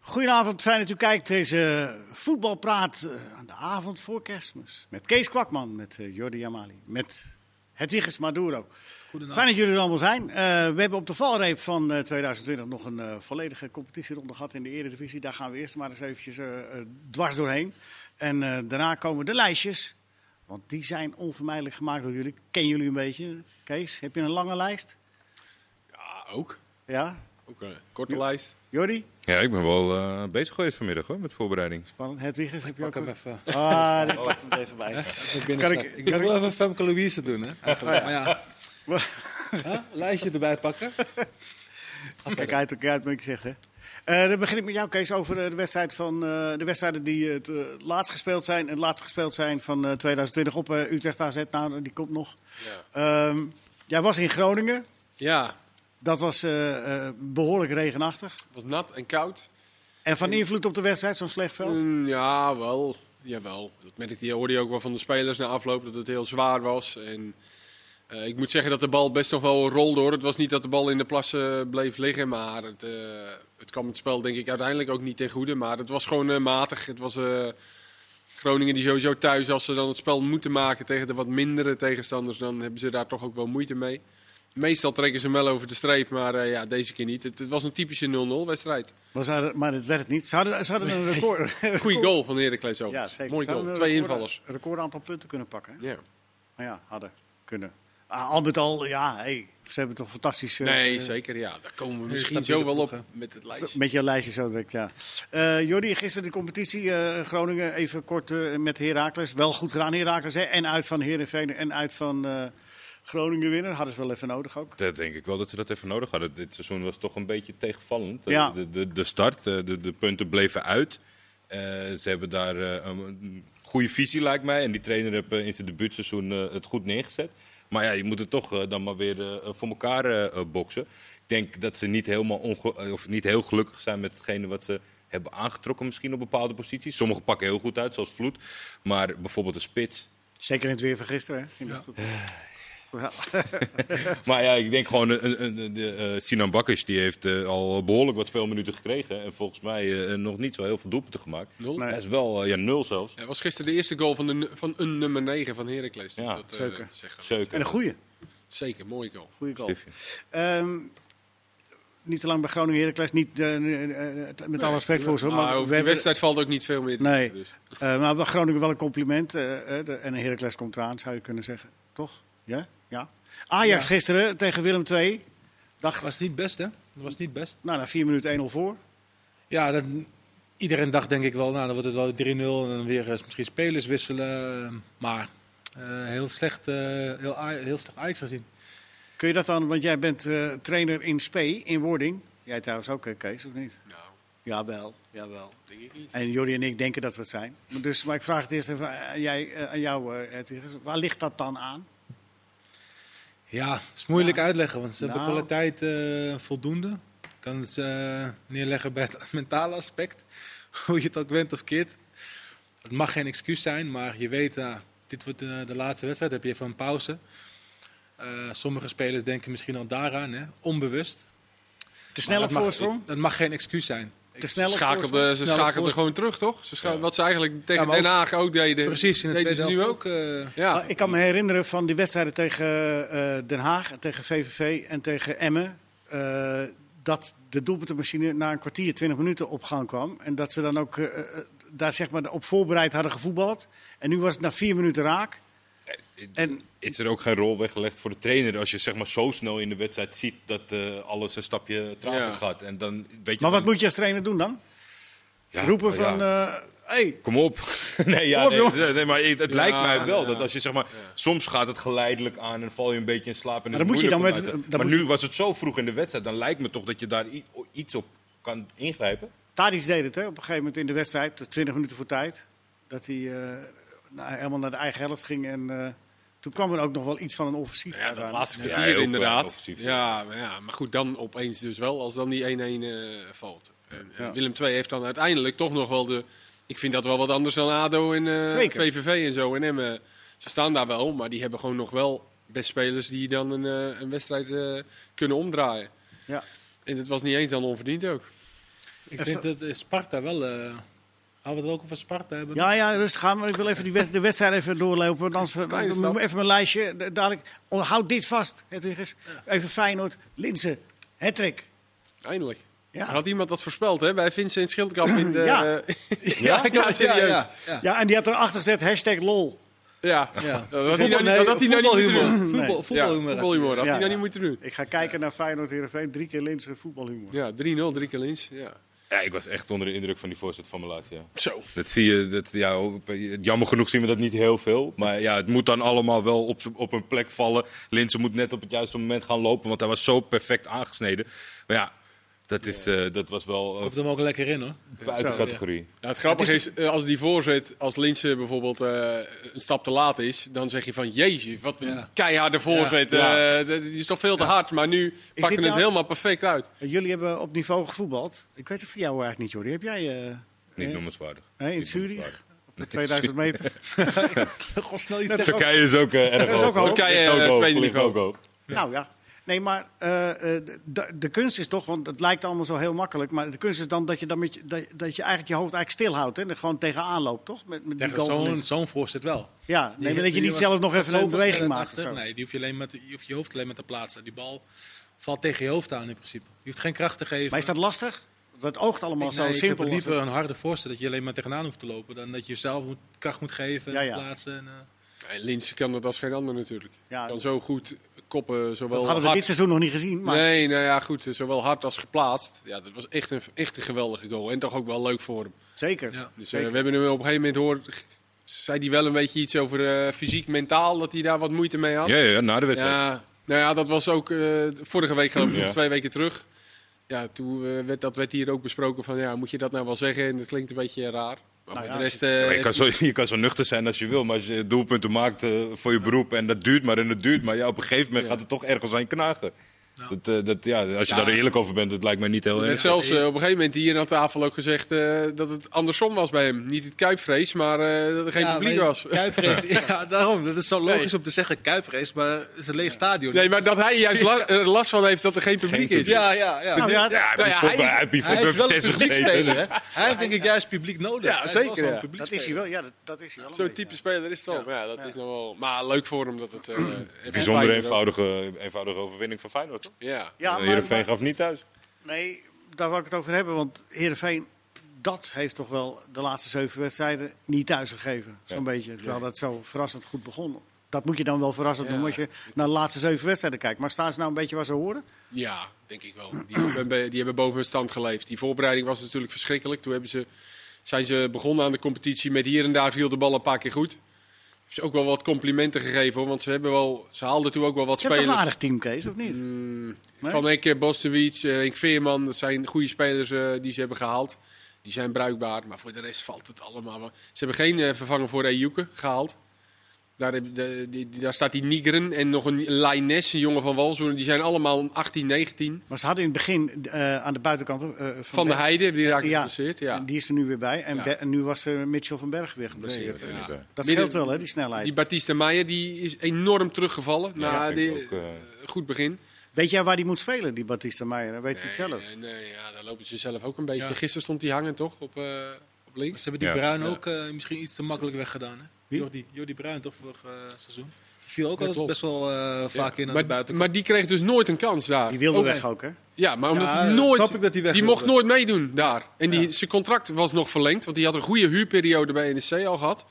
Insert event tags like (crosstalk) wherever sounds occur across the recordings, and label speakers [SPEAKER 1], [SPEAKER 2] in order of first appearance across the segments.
[SPEAKER 1] Goedenavond, fijn dat u kijkt deze voetbalpraat eh, aan de avond voor kerstmis. Met Kees Kwakman, met eh, Jordi Amali, met Hedwiges Maduro. Fijn dat jullie er allemaal zijn. Eh, we hebben op de valreep van eh, 2020 nog een eh, volledige competitieronde gehad in de Eredivisie. Daar gaan we eerst maar eens eventjes eh, eh, dwars doorheen. En eh, daarna komen de lijstjes, want die zijn onvermijdelijk gemaakt door jullie. Ken jullie een beetje. Kees, heb je een lange lijst?
[SPEAKER 2] Ja, Ah, ook.
[SPEAKER 1] Ja?
[SPEAKER 2] Ook een korte lijst.
[SPEAKER 1] Jordi?
[SPEAKER 3] Ja, ik ben wel eh, bezig geweest vanmiddag hoor, met voorbereiding.
[SPEAKER 1] Spannend. Hedwiges, heb je ook
[SPEAKER 4] Ik hem
[SPEAKER 1] een...
[SPEAKER 4] even. Oh,
[SPEAKER 1] Ah, daar pak ik hem even bij.
[SPEAKER 4] Kan ik,
[SPEAKER 1] ik-
[SPEAKER 4] ik
[SPEAKER 1] kan
[SPEAKER 4] wil even Femke Louise doen, hè? Maar ja. Huh? Lijstje erbij pakken.
[SPEAKER 1] Kijk uit, kijk uit, moet ik zeggen. Eh, dan begin ik met jou, Kees, over eh, de, wedstrijd van, eh, de wedstrijden die eh, het eh, laatst gespeeld zijn. En het laatst gespeeld zijn van eh, 2020 op eh, Utrecht AZ. Nou, die komt nog. Ehm, jij was in Groningen.
[SPEAKER 2] Ja, het
[SPEAKER 1] Dat was eh, eh, behoorlijk regenachtig.
[SPEAKER 2] was nat en koud.
[SPEAKER 1] En van invloed op de wedstrijd, zo'n slecht veld.
[SPEAKER 2] Mm, ja, wel. Jawel. Dat merkte je, hoorde je ook wel van de spelers na afloop dat het heel zwaar was. En, eh, ik moet zeggen dat de bal best nog wel rolde hoor. Het was niet dat de bal in de plassen bleef liggen. Maar het, eh, het kwam het spel denk ik uiteindelijk ook niet ten goede. Maar het was gewoon eh, matig. Het was eh, Groningen die sowieso thuis, als ze dan het spel moeten maken tegen de wat mindere tegenstanders, dan hebben ze daar toch ook wel moeite mee. Meestal trekken ze hem wel over de streep, maar eh, ja, deze keer niet. Het, het was een typische 0-0 wedstrijd.
[SPEAKER 1] Was daar- maar dat werd het niet. Ze hadden, ze hadden een
[SPEAKER 2] (laughs)
[SPEAKER 1] record.
[SPEAKER 2] Goeie goal van Heracles
[SPEAKER 1] (laughs)
[SPEAKER 2] ook.
[SPEAKER 1] Ja, zeker.
[SPEAKER 2] Mooi
[SPEAKER 1] Ze hadden
[SPEAKER 2] goal.
[SPEAKER 1] een
[SPEAKER 2] Twee
[SPEAKER 1] record-
[SPEAKER 2] invallers.
[SPEAKER 1] Een record aantal punten kunnen pakken. hè?
[SPEAKER 2] Ja.
[SPEAKER 1] Maar ja, hadden kunnen. Ah, al met al, ja, hey, ze hebben toch fantastisch... eh,
[SPEAKER 2] Nee,
[SPEAKER 1] eh,
[SPEAKER 2] zeker. Ja, daar komen we
[SPEAKER 4] stabiele
[SPEAKER 2] misschien zo wel op
[SPEAKER 4] ploeg,
[SPEAKER 2] met het
[SPEAKER 1] Zo,
[SPEAKER 2] lijstje.
[SPEAKER 1] Met jouw lijstje zo direct, ja. Eh Jordi, gisteren de competitie eh, Groningen even kort eh, met Heracles. Wel goed gedaan Heracles hè? en uit van Herenveen en uit van eh, Groningen winnen. Hadden ze wel even nodig ook.
[SPEAKER 3] Dat denk ik wel dat ze dat even nodig hadden. Dit seizoen was toch een beetje tegenvallend. Eh,
[SPEAKER 1] Ja.
[SPEAKER 3] De, de, de start, eh, de, de punten bleven uit. Eh, ze hebben daar eh, een, een goede visie, lijkt mij. En die trainer heeft eh, in zijn debuutseizoen eh, het goed neergezet. Maar ja, je moet het toch eh, dan maar weer eh, voor elkaar eh, eh, boksen. Ik denk dat ze niet, helemaal onge- eh, of niet heel gelukkig zijn met hetgene wat ze hebben aangetrokken, misschien op bepaalde posities. Sommigen pakken heel goed uit, zoals Vloed. Maar bijvoorbeeld de spits,
[SPEAKER 1] Zeker in het weer van gisteren. Hè? In de groep. Ja.
[SPEAKER 3] Maar ja, ik denk gewoon, eh, eh, eh, de, eh, Sinan Bakkers die heeft eh, al behoorlijk wat veel minuten gekregen. En volgens mij eh, nog niet zo heel veel doelpunten gemaakt.
[SPEAKER 2] Nul.
[SPEAKER 1] Nee.
[SPEAKER 3] Hij is wel, eh, ja, nul zelfs.
[SPEAKER 2] Het was gisteren de eerste goal van, de, nu- van een nummer 9 van Heracles. Dus
[SPEAKER 3] Ja,
[SPEAKER 2] dat, eh,
[SPEAKER 1] zeker.
[SPEAKER 2] zeggen we.
[SPEAKER 3] Zeker.
[SPEAKER 1] (laughs) En een goede,
[SPEAKER 2] Zeker, mooie goal.
[SPEAKER 1] goede goal.
[SPEAKER 3] Stiftje.
[SPEAKER 1] Ehm, niet te lang bij Groningen Heracles, niet eh, eh, eh, met alle respect voor ze. hoor,
[SPEAKER 2] Maar
[SPEAKER 1] Maar
[SPEAKER 2] Nou, over
[SPEAKER 1] we
[SPEAKER 2] de
[SPEAKER 1] hebben,
[SPEAKER 2] wedstrijd valt ook niet veel meer te
[SPEAKER 1] Nee.
[SPEAKER 2] zeggen, dus.
[SPEAKER 1] eh, maar bij Groningen wel een compliment. eh, eh, de- en Heracles komt eraan, zou je kunnen zeggen. Toch? Ja? ja. Ajax gisteren tegen Willem II. Dacht,
[SPEAKER 4] Was niet best, hè? Was niet best.
[SPEAKER 1] Nou, na 4 minuten 1-0 voor.
[SPEAKER 4] Ja, dat, iedereen dacht denk ik wel, nou dan wordt het wel 3-0 en dan weer eens misschien spelers wisselen. Maar eh, heel slecht, eh, heel, Aj- heel slecht Ajax gezien.
[SPEAKER 1] Kun je dat dan, want jij bent eh, trainer in SP, in wording. Jij trouwens ook, hè, Kees, of niet?
[SPEAKER 2] Nou,
[SPEAKER 1] Jawel, jawel.
[SPEAKER 2] denk ik niet.
[SPEAKER 1] En Jordi en ik denken dat we het zijn. Maar Dus, maar ik vraag het eerst even aan, jij, eh, aan jou, eh, Hedwiges. Waar ligt dat dan aan?
[SPEAKER 4] Ja, het is moeilijk uitleggen, want ze hebben
[SPEAKER 1] Nou.
[SPEAKER 4] kwaliteit eh, voldoende. Ik kan het eh, neerleggen bij het (laughs) mentale aspect, hoe je het ook went of keert. Het mag geen excuus zijn, maar je weet, ah, dit wordt eh, de laatste wedstrijd, heb je even een pauze. Eh, sommige spelers denken misschien al daaraan, hè? onbewust.
[SPEAKER 1] Te snel op
[SPEAKER 4] Maar dat mag-
[SPEAKER 1] voorsprong?
[SPEAKER 4] Dat mag geen excuus zijn.
[SPEAKER 1] Te
[SPEAKER 2] Ze
[SPEAKER 1] snel op voorsprong?
[SPEAKER 2] schakelde, ze
[SPEAKER 4] Snel op
[SPEAKER 2] schakelde
[SPEAKER 4] voorsprong.
[SPEAKER 2] gewoon terug, toch? Ze scha- Wat ze eigenlijk tegen
[SPEAKER 4] maar ook-
[SPEAKER 2] Den Haag ook deden.
[SPEAKER 4] Precies, in het
[SPEAKER 2] Eh, deden
[SPEAKER 4] tweede
[SPEAKER 2] ze
[SPEAKER 4] helft
[SPEAKER 2] nu ook.
[SPEAKER 4] ook. eh,
[SPEAKER 2] Ja,
[SPEAKER 1] Maar Ah, ik kan me herinneren van die wedstrijden tegen eh, Den Haag, tegen VVV en tegen Emmen. eh, dat de doelpuntenmachine na een kwartier, 20 minuten op gang kwam. En dat ze dan ook eh, eh, daar zeg maar op voorbereid hadden gevoetbald. En nu was het na vier minuten raak. En
[SPEAKER 3] Is er ook geen rol weggelegd voor de trainer als je zeg maar, zo snel in de wedstrijd ziet dat eh, alles een stapje trager
[SPEAKER 2] Ja.
[SPEAKER 3] gaat? En dan, weet je
[SPEAKER 1] Maar wat
[SPEAKER 3] dan-
[SPEAKER 1] moet je als trainer doen dan?
[SPEAKER 3] Ja,
[SPEAKER 2] oh
[SPEAKER 1] Roepen
[SPEAKER 3] nou ja.
[SPEAKER 1] van, eh, hey,
[SPEAKER 3] Kom op. (laughs) nee, ja,
[SPEAKER 1] Kom op,
[SPEAKER 3] nee,
[SPEAKER 1] jongens.
[SPEAKER 3] nee, nee, maar het het
[SPEAKER 2] Ja,
[SPEAKER 3] lijkt mij wel
[SPEAKER 2] ja.
[SPEAKER 3] dat als je zeg maar, soms gaat het geleidelijk aan en val je een beetje in slaap. En
[SPEAKER 1] Maar
[SPEAKER 3] is
[SPEAKER 1] dan
[SPEAKER 3] het
[SPEAKER 1] moet je
[SPEAKER 3] moeilijk
[SPEAKER 1] dan
[SPEAKER 3] om
[SPEAKER 1] met-
[SPEAKER 3] uit te-
[SPEAKER 1] dan
[SPEAKER 3] maar
[SPEAKER 1] moet
[SPEAKER 3] nu was het zo vroeg in de wedstrijd, dan lijkt me toch dat je daar i- iets op kan ingrijpen.
[SPEAKER 1] Tadic deed het hè, op een gegeven moment in de wedstrijd, 20 minuten voor tijd. Dat hij eh, nou, helemaal naar de eigen helft ging en eh, toen kwam er ook nog wel iets van een offensief.
[SPEAKER 2] ja dat
[SPEAKER 1] uiteindelijk.
[SPEAKER 2] laatste
[SPEAKER 3] Ja,
[SPEAKER 2] kwartier
[SPEAKER 3] heel, eh,
[SPEAKER 2] inderdaad.
[SPEAKER 3] offensief,
[SPEAKER 2] Ja, maar ja, maar goed, dan opeens dus wel, als dan die 1-1 eh, valt. En, en
[SPEAKER 1] Ja.
[SPEAKER 2] Willem II heeft dan uiteindelijk toch nog wel de... Ik vind dat wel wat anders dan ADO en eh,
[SPEAKER 1] Zeker.
[SPEAKER 2] VVV en zo. En Emmen, ze staan daar wel, maar die hebben gewoon nog wel best spelers die dan een, eh, een wedstrijd eh, kunnen omdraaien.
[SPEAKER 1] Ja.
[SPEAKER 2] En het was niet eens dan onverdiend ook.
[SPEAKER 4] Ik vind dat eh, Sparta wel... eh, gaan we het ook over Sparta hebben?
[SPEAKER 1] Ja, ja, rustig aan. maar Ik wil even die wed- de wedstrijd even doorlopen. want Anders, we-
[SPEAKER 2] Kleine
[SPEAKER 1] we-
[SPEAKER 2] stap.
[SPEAKER 1] even mijn lijstje. d- Dadelijk. Oh, houd dit vast, Hedwiggers. Even Feyenoord. Linsen. Hattrick.
[SPEAKER 2] Eindelijk. Er
[SPEAKER 1] Ja.
[SPEAKER 2] Had iemand dat voorspeld, hè? Bij Vincent Schildkamp in de...
[SPEAKER 1] Ja.
[SPEAKER 2] eh, (laughs) ja, ik had het serieus. Ja,
[SPEAKER 4] ja.
[SPEAKER 1] ja, en die had erachter gezet hashtag lol.
[SPEAKER 4] Ja.
[SPEAKER 2] Dat had hij nou niet- dat had hij nou niet moeten
[SPEAKER 1] Nee.
[SPEAKER 2] doen.
[SPEAKER 4] Voetbal,
[SPEAKER 2] Voetbalhumor. Ja,
[SPEAKER 4] voetbalhumor.
[SPEAKER 2] voetbalhumor. Dat had
[SPEAKER 1] Ja.
[SPEAKER 2] hij nou niet moeten doen.
[SPEAKER 1] Ik ga kijken naar Feyenoord Heerenveen. Drie keer Linsen voetbalhumor.
[SPEAKER 2] Ja, 3-0, drie keer links. Ja. Nou,
[SPEAKER 3] Ja, ik was echt onder de indruk van die voorzet van Malatia. Ja.
[SPEAKER 2] Zo.
[SPEAKER 3] Dat zie je, dat, ja, op- jammer genoeg zien we dat niet heel veel. Maar ja, het moet dan allemaal wel op, z'n- op een plek vallen. Linsen moet net op het juiste moment gaan lopen, want hij was zo perfect aangesneden. Maar ja, dat, is, eh, dat was wel
[SPEAKER 4] Of
[SPEAKER 3] eh,
[SPEAKER 4] hem ook lekker in,
[SPEAKER 1] (laughs)
[SPEAKER 4] hoor.
[SPEAKER 3] buiten
[SPEAKER 2] Zo,
[SPEAKER 3] categorie.
[SPEAKER 2] Ja, het grappige is, eh, als die voorzet, als Linse bijvoorbeeld eh, een stap te laat is, dan zeg je van, jezus, wat een
[SPEAKER 4] Ja.
[SPEAKER 2] keiharde voorzet. eh
[SPEAKER 3] Ja.
[SPEAKER 2] d- die is toch veel te hard, maar nu pakken het
[SPEAKER 1] nou-
[SPEAKER 2] helemaal perfect uit.
[SPEAKER 1] En Jullie hebben op niveau gevoetbald. Ik weet het van jou eigenlijk niet, Jordi. Heb jij eh,
[SPEAKER 3] Niet
[SPEAKER 1] Ja.
[SPEAKER 3] noemenswaardig.
[SPEAKER 1] nee, in
[SPEAKER 3] Niet
[SPEAKER 1] Zurich?
[SPEAKER 3] noemenswaardig.
[SPEAKER 1] Op 2000 meter.
[SPEAKER 4] Gewoon snel iets zeggen.
[SPEAKER 3] Turkije is ook eh, erg
[SPEAKER 1] Dat is ook
[SPEAKER 3] hoog.
[SPEAKER 1] hoog.
[SPEAKER 2] Turkije,
[SPEAKER 3] Ligt ook
[SPEAKER 2] eh,
[SPEAKER 3] hoog,
[SPEAKER 2] tweede
[SPEAKER 3] ligt
[SPEAKER 2] niveau.
[SPEAKER 3] ook hoog.
[SPEAKER 1] Nou ja. Nee, maar eh, eh, de, de kunst is toch, want het lijkt allemaal zo heel makkelijk. Maar de kunst is dan dat je, dan met je, dat, dat je eigenlijk je hoofd eigenlijk stilhoudt. Hè? En er gewoon tegenaan loopt, toch? Met, met die
[SPEAKER 4] Tegen
[SPEAKER 1] goal van
[SPEAKER 4] zo'n
[SPEAKER 1] Linssen.
[SPEAKER 4] zo'n voorzet wel.
[SPEAKER 1] Ja, nee, maar dat je
[SPEAKER 4] die
[SPEAKER 1] niet
[SPEAKER 4] was-
[SPEAKER 1] zelf nog
[SPEAKER 4] zat
[SPEAKER 1] even een
[SPEAKER 4] zoveel
[SPEAKER 1] beweging
[SPEAKER 4] sneller
[SPEAKER 1] maakt. of
[SPEAKER 4] achter.
[SPEAKER 1] zo.
[SPEAKER 4] Nee, die hoef je, alleen met, je hoeft je hoofd alleen maar te plaatsen. Die bal valt tegen je hoofd aan in principe. Je hoeft geen kracht te geven.
[SPEAKER 1] Maar is dat lastig? Dat oogt allemaal
[SPEAKER 4] Ik-
[SPEAKER 1] zo
[SPEAKER 4] nee,
[SPEAKER 1] simpel.
[SPEAKER 4] Ik heb
[SPEAKER 1] als
[SPEAKER 4] liever
[SPEAKER 1] het-
[SPEAKER 4] een harde voorzet dat je alleen maar tegenaan hoeft te lopen. Dan dat je zelf moet, kracht moet geven en
[SPEAKER 1] Ja, ja.
[SPEAKER 4] plaatsen. En, eh,
[SPEAKER 2] En Linse kan dat als geen ander natuurlijk.
[SPEAKER 1] Ja,
[SPEAKER 2] Kan zo goed koppen,
[SPEAKER 1] dat
[SPEAKER 2] zowel
[SPEAKER 1] hadden we
[SPEAKER 2] hard...
[SPEAKER 1] dit seizoen nog niet gezien. Maar
[SPEAKER 2] Nee, nou ja, goed, eh, zowel hard als geplaatst. Ja, dat was echt een, echt een geweldige goal en toch ook wel leuk voor hem.
[SPEAKER 1] zeker.
[SPEAKER 4] ja.
[SPEAKER 2] Dus eh,
[SPEAKER 1] Zeker.
[SPEAKER 2] we hebben hem op een gegeven moment gehoord, zei hij wel een beetje iets over eh, fysiek, mentaal, dat hij daar wat moeite mee had.
[SPEAKER 3] Ja, ja, ja, na de wedstrijd.
[SPEAKER 2] Ja, nou ja, dat was ook eh, vorige week geloof ik,
[SPEAKER 3] Ja.
[SPEAKER 2] of twee weken terug. Ja, toen eh, werd, dat werd hier ook besproken van, ja, moet je dat nou wel zeggen? En dat klinkt een beetje raar. Maar
[SPEAKER 1] Nou
[SPEAKER 2] voor
[SPEAKER 1] ja,
[SPEAKER 2] de rest...
[SPEAKER 3] Ja,
[SPEAKER 2] eh,
[SPEAKER 3] maar je, kan zo, je kan zo nuchter zijn als je wil, maar als je doelpunten maakt eh, voor je beroep en dat duurt maar en dat duurt maar, ja, op een gegeven moment
[SPEAKER 2] Ja.
[SPEAKER 3] gaat het toch ergens aan je knagen.
[SPEAKER 4] Ja.
[SPEAKER 3] Dat, eh, dat, ja, als je
[SPEAKER 4] Ja.
[SPEAKER 3] daar eerlijk over bent, dat lijkt mij niet heel
[SPEAKER 2] er werd
[SPEAKER 3] erg.
[SPEAKER 2] zelfs eh, op een gegeven moment hier aan tafel ook gezegd eh, dat het andersom was bij hem. Niet het kuipvrees, maar eh, dat er geen
[SPEAKER 4] Ja,
[SPEAKER 2] publiek
[SPEAKER 4] maar- (laughs)
[SPEAKER 2] was. (laughs)
[SPEAKER 4] Kuiperace. ja, daarom. Dat is zo logisch
[SPEAKER 2] Nee.
[SPEAKER 4] om te zeggen Kuiperace, maar het is een leeg stadion.
[SPEAKER 2] Nee, maar dat hij juist la- er last van heeft dat er geen publiek
[SPEAKER 3] Geen
[SPEAKER 2] is.
[SPEAKER 4] Ja, ja, ja.
[SPEAKER 1] Nou, ja,
[SPEAKER 3] Ja,
[SPEAKER 2] Nou ja, hij
[SPEAKER 3] hij
[SPEAKER 2] is-
[SPEAKER 3] heeft
[SPEAKER 4] Hij is wel een
[SPEAKER 3] Vitesse gezeten.
[SPEAKER 4] publiekspeler, hè? Hij heeft denk ik juist publiek nodig.
[SPEAKER 2] Ja,
[SPEAKER 4] Hij is
[SPEAKER 2] zeker,
[SPEAKER 4] wel zo'n
[SPEAKER 2] ja.
[SPEAKER 1] dat is hij wel. Ja, dat, dat is hij wel. een
[SPEAKER 2] Zo'n
[SPEAKER 1] beetje,
[SPEAKER 2] type speler is het wel. Ja, dat is nog wel... Maar leuk voor hem dat het... eh, even
[SPEAKER 3] Bijzonder
[SPEAKER 2] fijn is ook.
[SPEAKER 3] eenvoudige, eenvoudige overwinning van Feyenoord. toch?
[SPEAKER 2] Ja.
[SPEAKER 1] Ja,
[SPEAKER 3] Eh,
[SPEAKER 1] maar-
[SPEAKER 3] Heerenveen gaf niet thuis.
[SPEAKER 1] Nee, daar wil ik het over hebben. Want Heerenveen, dat heeft toch wel de laatste zeven wedstrijden niet thuisgegeven. Zo'n
[SPEAKER 3] Ja.
[SPEAKER 1] beetje. Terwijl dat zo verrassend goed begon. Dat moet je dan wel verrassend
[SPEAKER 2] Ja.
[SPEAKER 1] noemen als je naar de laatste zeven wedstrijden kijkt. Maar staan ze nou een beetje waar ze horen?
[SPEAKER 2] Ja, denk ik wel. Die hebben, die hebben boven hun stand geleefd. Die voorbereiding was natuurlijk verschrikkelijk. Toen hebben ze, zijn ze begonnen aan de competitie met hier en daar viel de bal een paar keer goed. Hebben ze ook wel wat complimenten gegeven, hoor, want ze, hebben wel, ze haalden toen ook wel wat
[SPEAKER 1] Je hebt toch een
[SPEAKER 2] spelers.
[SPEAKER 1] aardig team, Kees, of niet?
[SPEAKER 2] Mm,
[SPEAKER 1] Nee?
[SPEAKER 2] Van Ecke, Bostewits, eh, Henk Veerman, dat zijn goede spelers eh, die ze hebben gehaald. Die zijn bruikbaar, maar voor de rest valt het allemaal. wel. Ze hebben geen eh, vervanger voor Ejuke gehaald. Daar, heb- de- die- die- daar staat die Nigren en nog een Laines, een jongen van Walsburg. Die zijn allemaal 18, 19.
[SPEAKER 1] Maar ze hadden in het begin eh, aan de buitenkant eh, van,
[SPEAKER 2] Van de
[SPEAKER 1] Berg-
[SPEAKER 2] Heide, die raakte
[SPEAKER 1] Ja.
[SPEAKER 2] geblesseerd. Ja.
[SPEAKER 1] En Die is er nu weer bij. En,
[SPEAKER 2] Ja.
[SPEAKER 1] Be- en nu was eh, Mitchell van Berg weer geblesseerd.
[SPEAKER 2] Nee,
[SPEAKER 3] Ja.
[SPEAKER 2] ja.
[SPEAKER 1] Dat
[SPEAKER 2] Midden-
[SPEAKER 1] scheelt wel, hè, die snelheid.
[SPEAKER 2] Die Batista Meijer die is enorm teruggevallen na
[SPEAKER 3] Ja, vind
[SPEAKER 2] de,
[SPEAKER 3] ik ook, eh.
[SPEAKER 2] goed begin.
[SPEAKER 1] Weet jij waar die moet spelen, die Batista Meijer? Weet je het zelf?
[SPEAKER 2] Nee, nee, ja, daar lopen ze zelf ook een beetje.
[SPEAKER 4] Ja.
[SPEAKER 2] Gisteren stond hij hangen toch op, eh, op links.
[SPEAKER 4] Ze hebben die
[SPEAKER 3] Ja.
[SPEAKER 4] Bruin ook eh, misschien iets te makkelijk weggedaan. Hè?
[SPEAKER 1] Wie?
[SPEAKER 4] Jordi, Jordi Bruin toch vorig eh, seizoen? Die viel ook
[SPEAKER 2] Dat
[SPEAKER 4] altijd
[SPEAKER 2] klopt.
[SPEAKER 4] best wel eh, vaak in aan de
[SPEAKER 2] Maar,
[SPEAKER 4] buitenkant.
[SPEAKER 2] maar die kreeg dus nooit een kans daar.
[SPEAKER 1] Die wilde
[SPEAKER 2] Ook-
[SPEAKER 1] weg ook, hè?
[SPEAKER 2] Ja, maar omdat
[SPEAKER 4] Ja,
[SPEAKER 2] hij
[SPEAKER 4] dat
[SPEAKER 2] nooit.
[SPEAKER 4] snap ik dat hij weg
[SPEAKER 2] die
[SPEAKER 4] wilde.
[SPEAKER 2] mocht nooit meedoen daar. En die, zijn contract was nog verlengd, want die had een goede huurperiode bij NEC al gehad.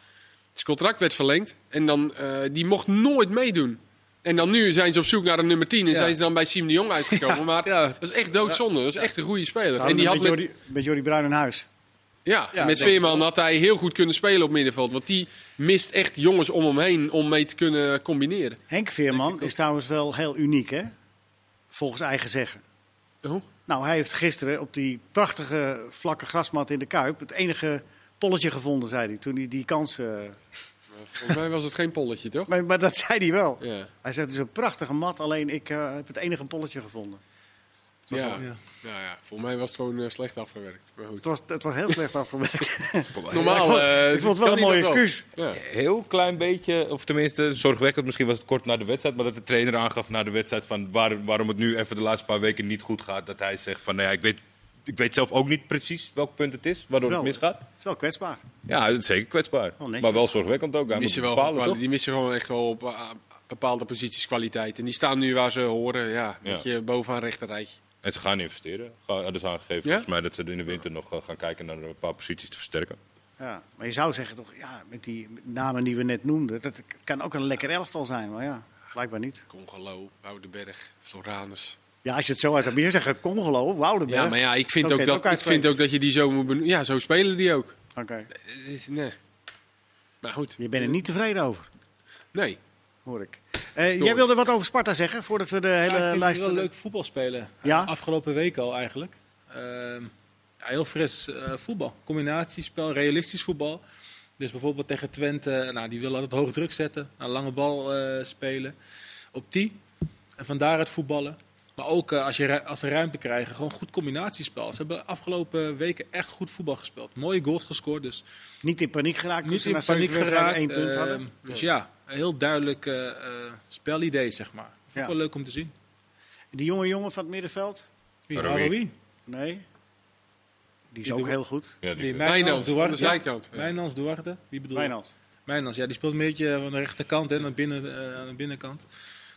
[SPEAKER 2] Zijn contract werd verlengd en dan, eh, die mocht nooit meedoen. En dan nu zijn ze op zoek naar een nummer 10 en
[SPEAKER 4] Ja.
[SPEAKER 2] zijn ze dan bij Siem de Jong uitgekomen. maar
[SPEAKER 4] (laughs) ja.
[SPEAKER 2] dat is echt doodzonde. Dat is echt een goede
[SPEAKER 1] Ze
[SPEAKER 2] speler. En
[SPEAKER 1] hadden
[SPEAKER 2] die
[SPEAKER 1] hem
[SPEAKER 2] had
[SPEAKER 1] met,
[SPEAKER 2] met,
[SPEAKER 1] Jordi, met Jordi Bruin in huis.
[SPEAKER 2] ja,
[SPEAKER 4] Ja,
[SPEAKER 2] met
[SPEAKER 4] denk ik
[SPEAKER 2] Veerman had hij heel goed kunnen spelen op middenveld. Want die mist echt jongens om hem heen om mee te kunnen combineren.
[SPEAKER 1] Henk Veerman is trouwens wel heel uniek, hè? Volgens eigen zeggen.
[SPEAKER 2] Oh.
[SPEAKER 1] Nou, hij heeft gisteren op die prachtige vlakke grasmat in de Kuip... het enige polletje gevonden, zei hij, toen hij die kans... eh,
[SPEAKER 2] Volgens mij was het geen polletje, toch?
[SPEAKER 1] Maar, maar dat (laughs) zei hij wel.
[SPEAKER 2] Ja.
[SPEAKER 1] Hij zei, het is een prachtige mat, alleen ik eh, heb het enige polletje gevonden.
[SPEAKER 2] Ja.
[SPEAKER 4] Ja.
[SPEAKER 2] Nou ja, volgens mij was het gewoon eh, slecht afgewerkt. Maar goed.
[SPEAKER 1] Het was, het was heel slecht
[SPEAKER 2] (laughs)
[SPEAKER 1] afgewerkt.
[SPEAKER 2] Normaal.
[SPEAKER 1] ik vond,
[SPEAKER 2] eh,
[SPEAKER 1] ik vond het
[SPEAKER 2] kan
[SPEAKER 1] wel een
[SPEAKER 2] hij
[SPEAKER 1] mooi
[SPEAKER 2] dat wel.
[SPEAKER 1] excuus.
[SPEAKER 2] Ja.
[SPEAKER 3] Heel klein beetje, of tenminste zorgwekkend, misschien was het kort na de wedstrijd, maar dat de trainer aangaf na de wedstrijd van waar- waarom het nu even de laatste paar weken niet goed gaat. Dat hij zegt van, nou ja, ik weet ik weet zelf ook niet precies welk punt het is, waardoor
[SPEAKER 1] Wel.
[SPEAKER 3] het misgaat.
[SPEAKER 1] Het is wel kwetsbaar.
[SPEAKER 3] Ja, dat is zeker kwetsbaar.
[SPEAKER 1] Wel netjes.
[SPEAKER 3] maar wel zorgwekkend ook. Hij
[SPEAKER 2] Die missen,
[SPEAKER 3] moet
[SPEAKER 2] wel
[SPEAKER 3] het bepalen,
[SPEAKER 2] gewoon-
[SPEAKER 3] toch?
[SPEAKER 2] die missen gewoon echt wel op eh, bepaalde posities kwaliteit. En die staan nu waar ze horen. Ja,
[SPEAKER 3] Ja.
[SPEAKER 2] weet je, bovenaan rechterrij.
[SPEAKER 3] En ze gaan investeren. Ga- Hadden ze aangegeven
[SPEAKER 2] Ja?
[SPEAKER 3] volgens mij dat ze in de winter nog eh, gaan kijken naar een paar posities te versterken.
[SPEAKER 1] Ja. Maar je zou zeggen toch, ja, met die namen die we net noemden, dat kan ook een lekker elftal zijn. Maar ja, blijkbaar niet.
[SPEAKER 2] Congolo, Woudenberg, Floranus.
[SPEAKER 1] Ja, als je het zo uit hebt. Je zegt Congolo, Woudenberg.
[SPEAKER 2] Ja, maar ja, ik vind,
[SPEAKER 1] Zo
[SPEAKER 2] ook
[SPEAKER 1] kun je het
[SPEAKER 2] dat,
[SPEAKER 1] ook
[SPEAKER 2] ik vind
[SPEAKER 1] uitspreken.
[SPEAKER 2] ook dat je die zo moet benoemen. Ja, zo spelen die ook.
[SPEAKER 1] Oké.
[SPEAKER 2] Eh, eh, Nee. Maar goed.
[SPEAKER 1] Je bent er niet tevreden over,
[SPEAKER 2] Nee.
[SPEAKER 1] hoor ik. Eh, jij wilde wat over Sparta zeggen, voordat we de
[SPEAKER 4] Ja,
[SPEAKER 1] hele
[SPEAKER 4] ik vind
[SPEAKER 1] lijst... eh,
[SPEAKER 4] het wel leuk voetbal spelen. eh,
[SPEAKER 1] Ja?
[SPEAKER 4] Afgelopen week al eigenlijk. Ehm, ja, heel fris eh, voetbal. Combinatiespel, realistisch voetbal. Dus bijvoorbeeld tegen Twente, nou, die willen altijd hoog druk zetten. Een lange bal eh, spelen. Op die. En van daaruit voetballen. Maar ook eh, als, je, ru- als ze ruimte krijgen, gewoon goed combinatiespel. Ze hebben de afgelopen weken echt goed voetbal gespeeld. Mooie goals gescoord. Dus
[SPEAKER 1] Niet in paniek geraakt.
[SPEAKER 4] niet
[SPEAKER 1] toen
[SPEAKER 4] in
[SPEAKER 1] ze na
[SPEAKER 4] paniek
[SPEAKER 1] zeven wedstrijden
[SPEAKER 4] geraakt.
[SPEAKER 1] één punt
[SPEAKER 4] eh,
[SPEAKER 1] hadden.
[SPEAKER 4] dus ja, een heel duidelijk eh, eh, spelidee, zeg maar. Vond ik
[SPEAKER 1] Ja.
[SPEAKER 4] wel leuk om te zien.
[SPEAKER 1] Die jonge jongen van het middenveld?
[SPEAKER 4] Wie?
[SPEAKER 3] Rui.
[SPEAKER 4] Rui.
[SPEAKER 1] Nee. Die is
[SPEAKER 4] Die
[SPEAKER 1] ook
[SPEAKER 4] doen-
[SPEAKER 1] heel goed.
[SPEAKER 3] Ja,
[SPEAKER 4] Die
[SPEAKER 3] die
[SPEAKER 4] Mijnans,
[SPEAKER 2] Wijnald, aan de
[SPEAKER 4] Duarte.
[SPEAKER 2] zijkant. Ja.
[SPEAKER 4] Mijnans, Duarte, wie bedoel je?
[SPEAKER 1] Wijnald.
[SPEAKER 4] Mijnans, ja, die speelt een beetje eh, van de rechterkant en aan, binnen, eh, aan de binnenkant.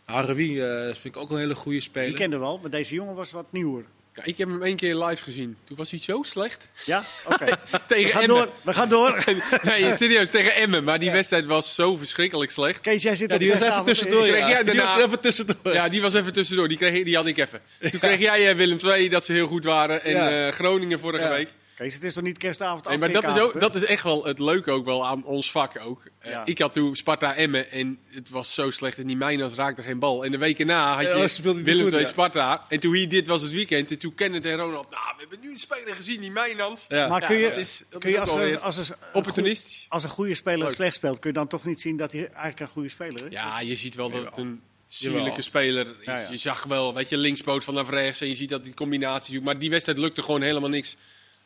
[SPEAKER 4] Harvey eh vind ik ook een hele goede
[SPEAKER 1] Die
[SPEAKER 4] speler.
[SPEAKER 1] kenden we al, maar deze jongen was wat nieuwer.
[SPEAKER 2] Ja, Ik heb hem één keer live gezien. Toen was hij zo
[SPEAKER 1] (laughs)
[SPEAKER 2] slecht.
[SPEAKER 4] (laughs)
[SPEAKER 1] Ja? Oké. We
[SPEAKER 2] Tegen
[SPEAKER 1] gaan
[SPEAKER 2] Emmen.
[SPEAKER 1] door. We gaan door. (laughs)
[SPEAKER 2] Nee, serieus, tegen Emmen. Maar die wedstrijd was zo verschrikkelijk slecht.
[SPEAKER 1] Kees, jij zit
[SPEAKER 4] Ja,
[SPEAKER 1] op
[SPEAKER 4] die was even
[SPEAKER 1] kerstavond-
[SPEAKER 4] tussendoor.
[SPEAKER 2] Kreeg
[SPEAKER 4] Ja.
[SPEAKER 2] jij
[SPEAKER 4] Die was
[SPEAKER 2] daarna-
[SPEAKER 4] even tussendoor.
[SPEAKER 2] Ja, die was even tussendoor. Die, kreeg, die had ik even. Toen kreeg jij eh, Willem II dat ze heel goed waren. En
[SPEAKER 4] Ja.
[SPEAKER 2] eh, Groningen vorige
[SPEAKER 4] Ja.
[SPEAKER 2] week.
[SPEAKER 1] Kees, het is toch niet kerstavond?
[SPEAKER 2] Nee, maar dat is,
[SPEAKER 1] afvinkenavond,
[SPEAKER 2] ook,
[SPEAKER 1] hè?
[SPEAKER 2] dat is echt wel het leuke ook wel aan ons vak ook. Eh,
[SPEAKER 1] Ja.
[SPEAKER 2] Ik had toen Sparta Emmen en het was zo slecht. En die Mijnas raakte geen bal. En de weken na had
[SPEAKER 4] Ja,
[SPEAKER 2] je
[SPEAKER 4] dan speelde hij
[SPEAKER 2] Willem
[SPEAKER 4] goed,
[SPEAKER 2] II
[SPEAKER 4] ja.
[SPEAKER 2] Sparta. En toen hier dit was het weekend. En toen Kenneth en Ronald. Nou, we hebben nu een speler gezien, die Mijnans.
[SPEAKER 4] Ja.
[SPEAKER 1] Maar kun je,
[SPEAKER 2] Ja, dat is- dat
[SPEAKER 1] kun
[SPEAKER 2] is
[SPEAKER 1] je
[SPEAKER 2] ook
[SPEAKER 1] als,
[SPEAKER 2] alweer
[SPEAKER 1] een, als, een,
[SPEAKER 2] Opportunistisch.
[SPEAKER 1] als een goede speler
[SPEAKER 2] Leuk.
[SPEAKER 1] slecht speelt, kun je dan toch niet zien dat hij eigenlijk een goede speler is?
[SPEAKER 2] Ja, je ziet wel dat het een
[SPEAKER 4] Jawel.
[SPEAKER 2] sierlijke speler is.
[SPEAKER 1] Ja, ja.
[SPEAKER 2] Je zag wel, weet je, linkspoot vanaf rechts en je ziet dat die combinatie doet. Maar die wedstrijd lukte gewoon helemaal niks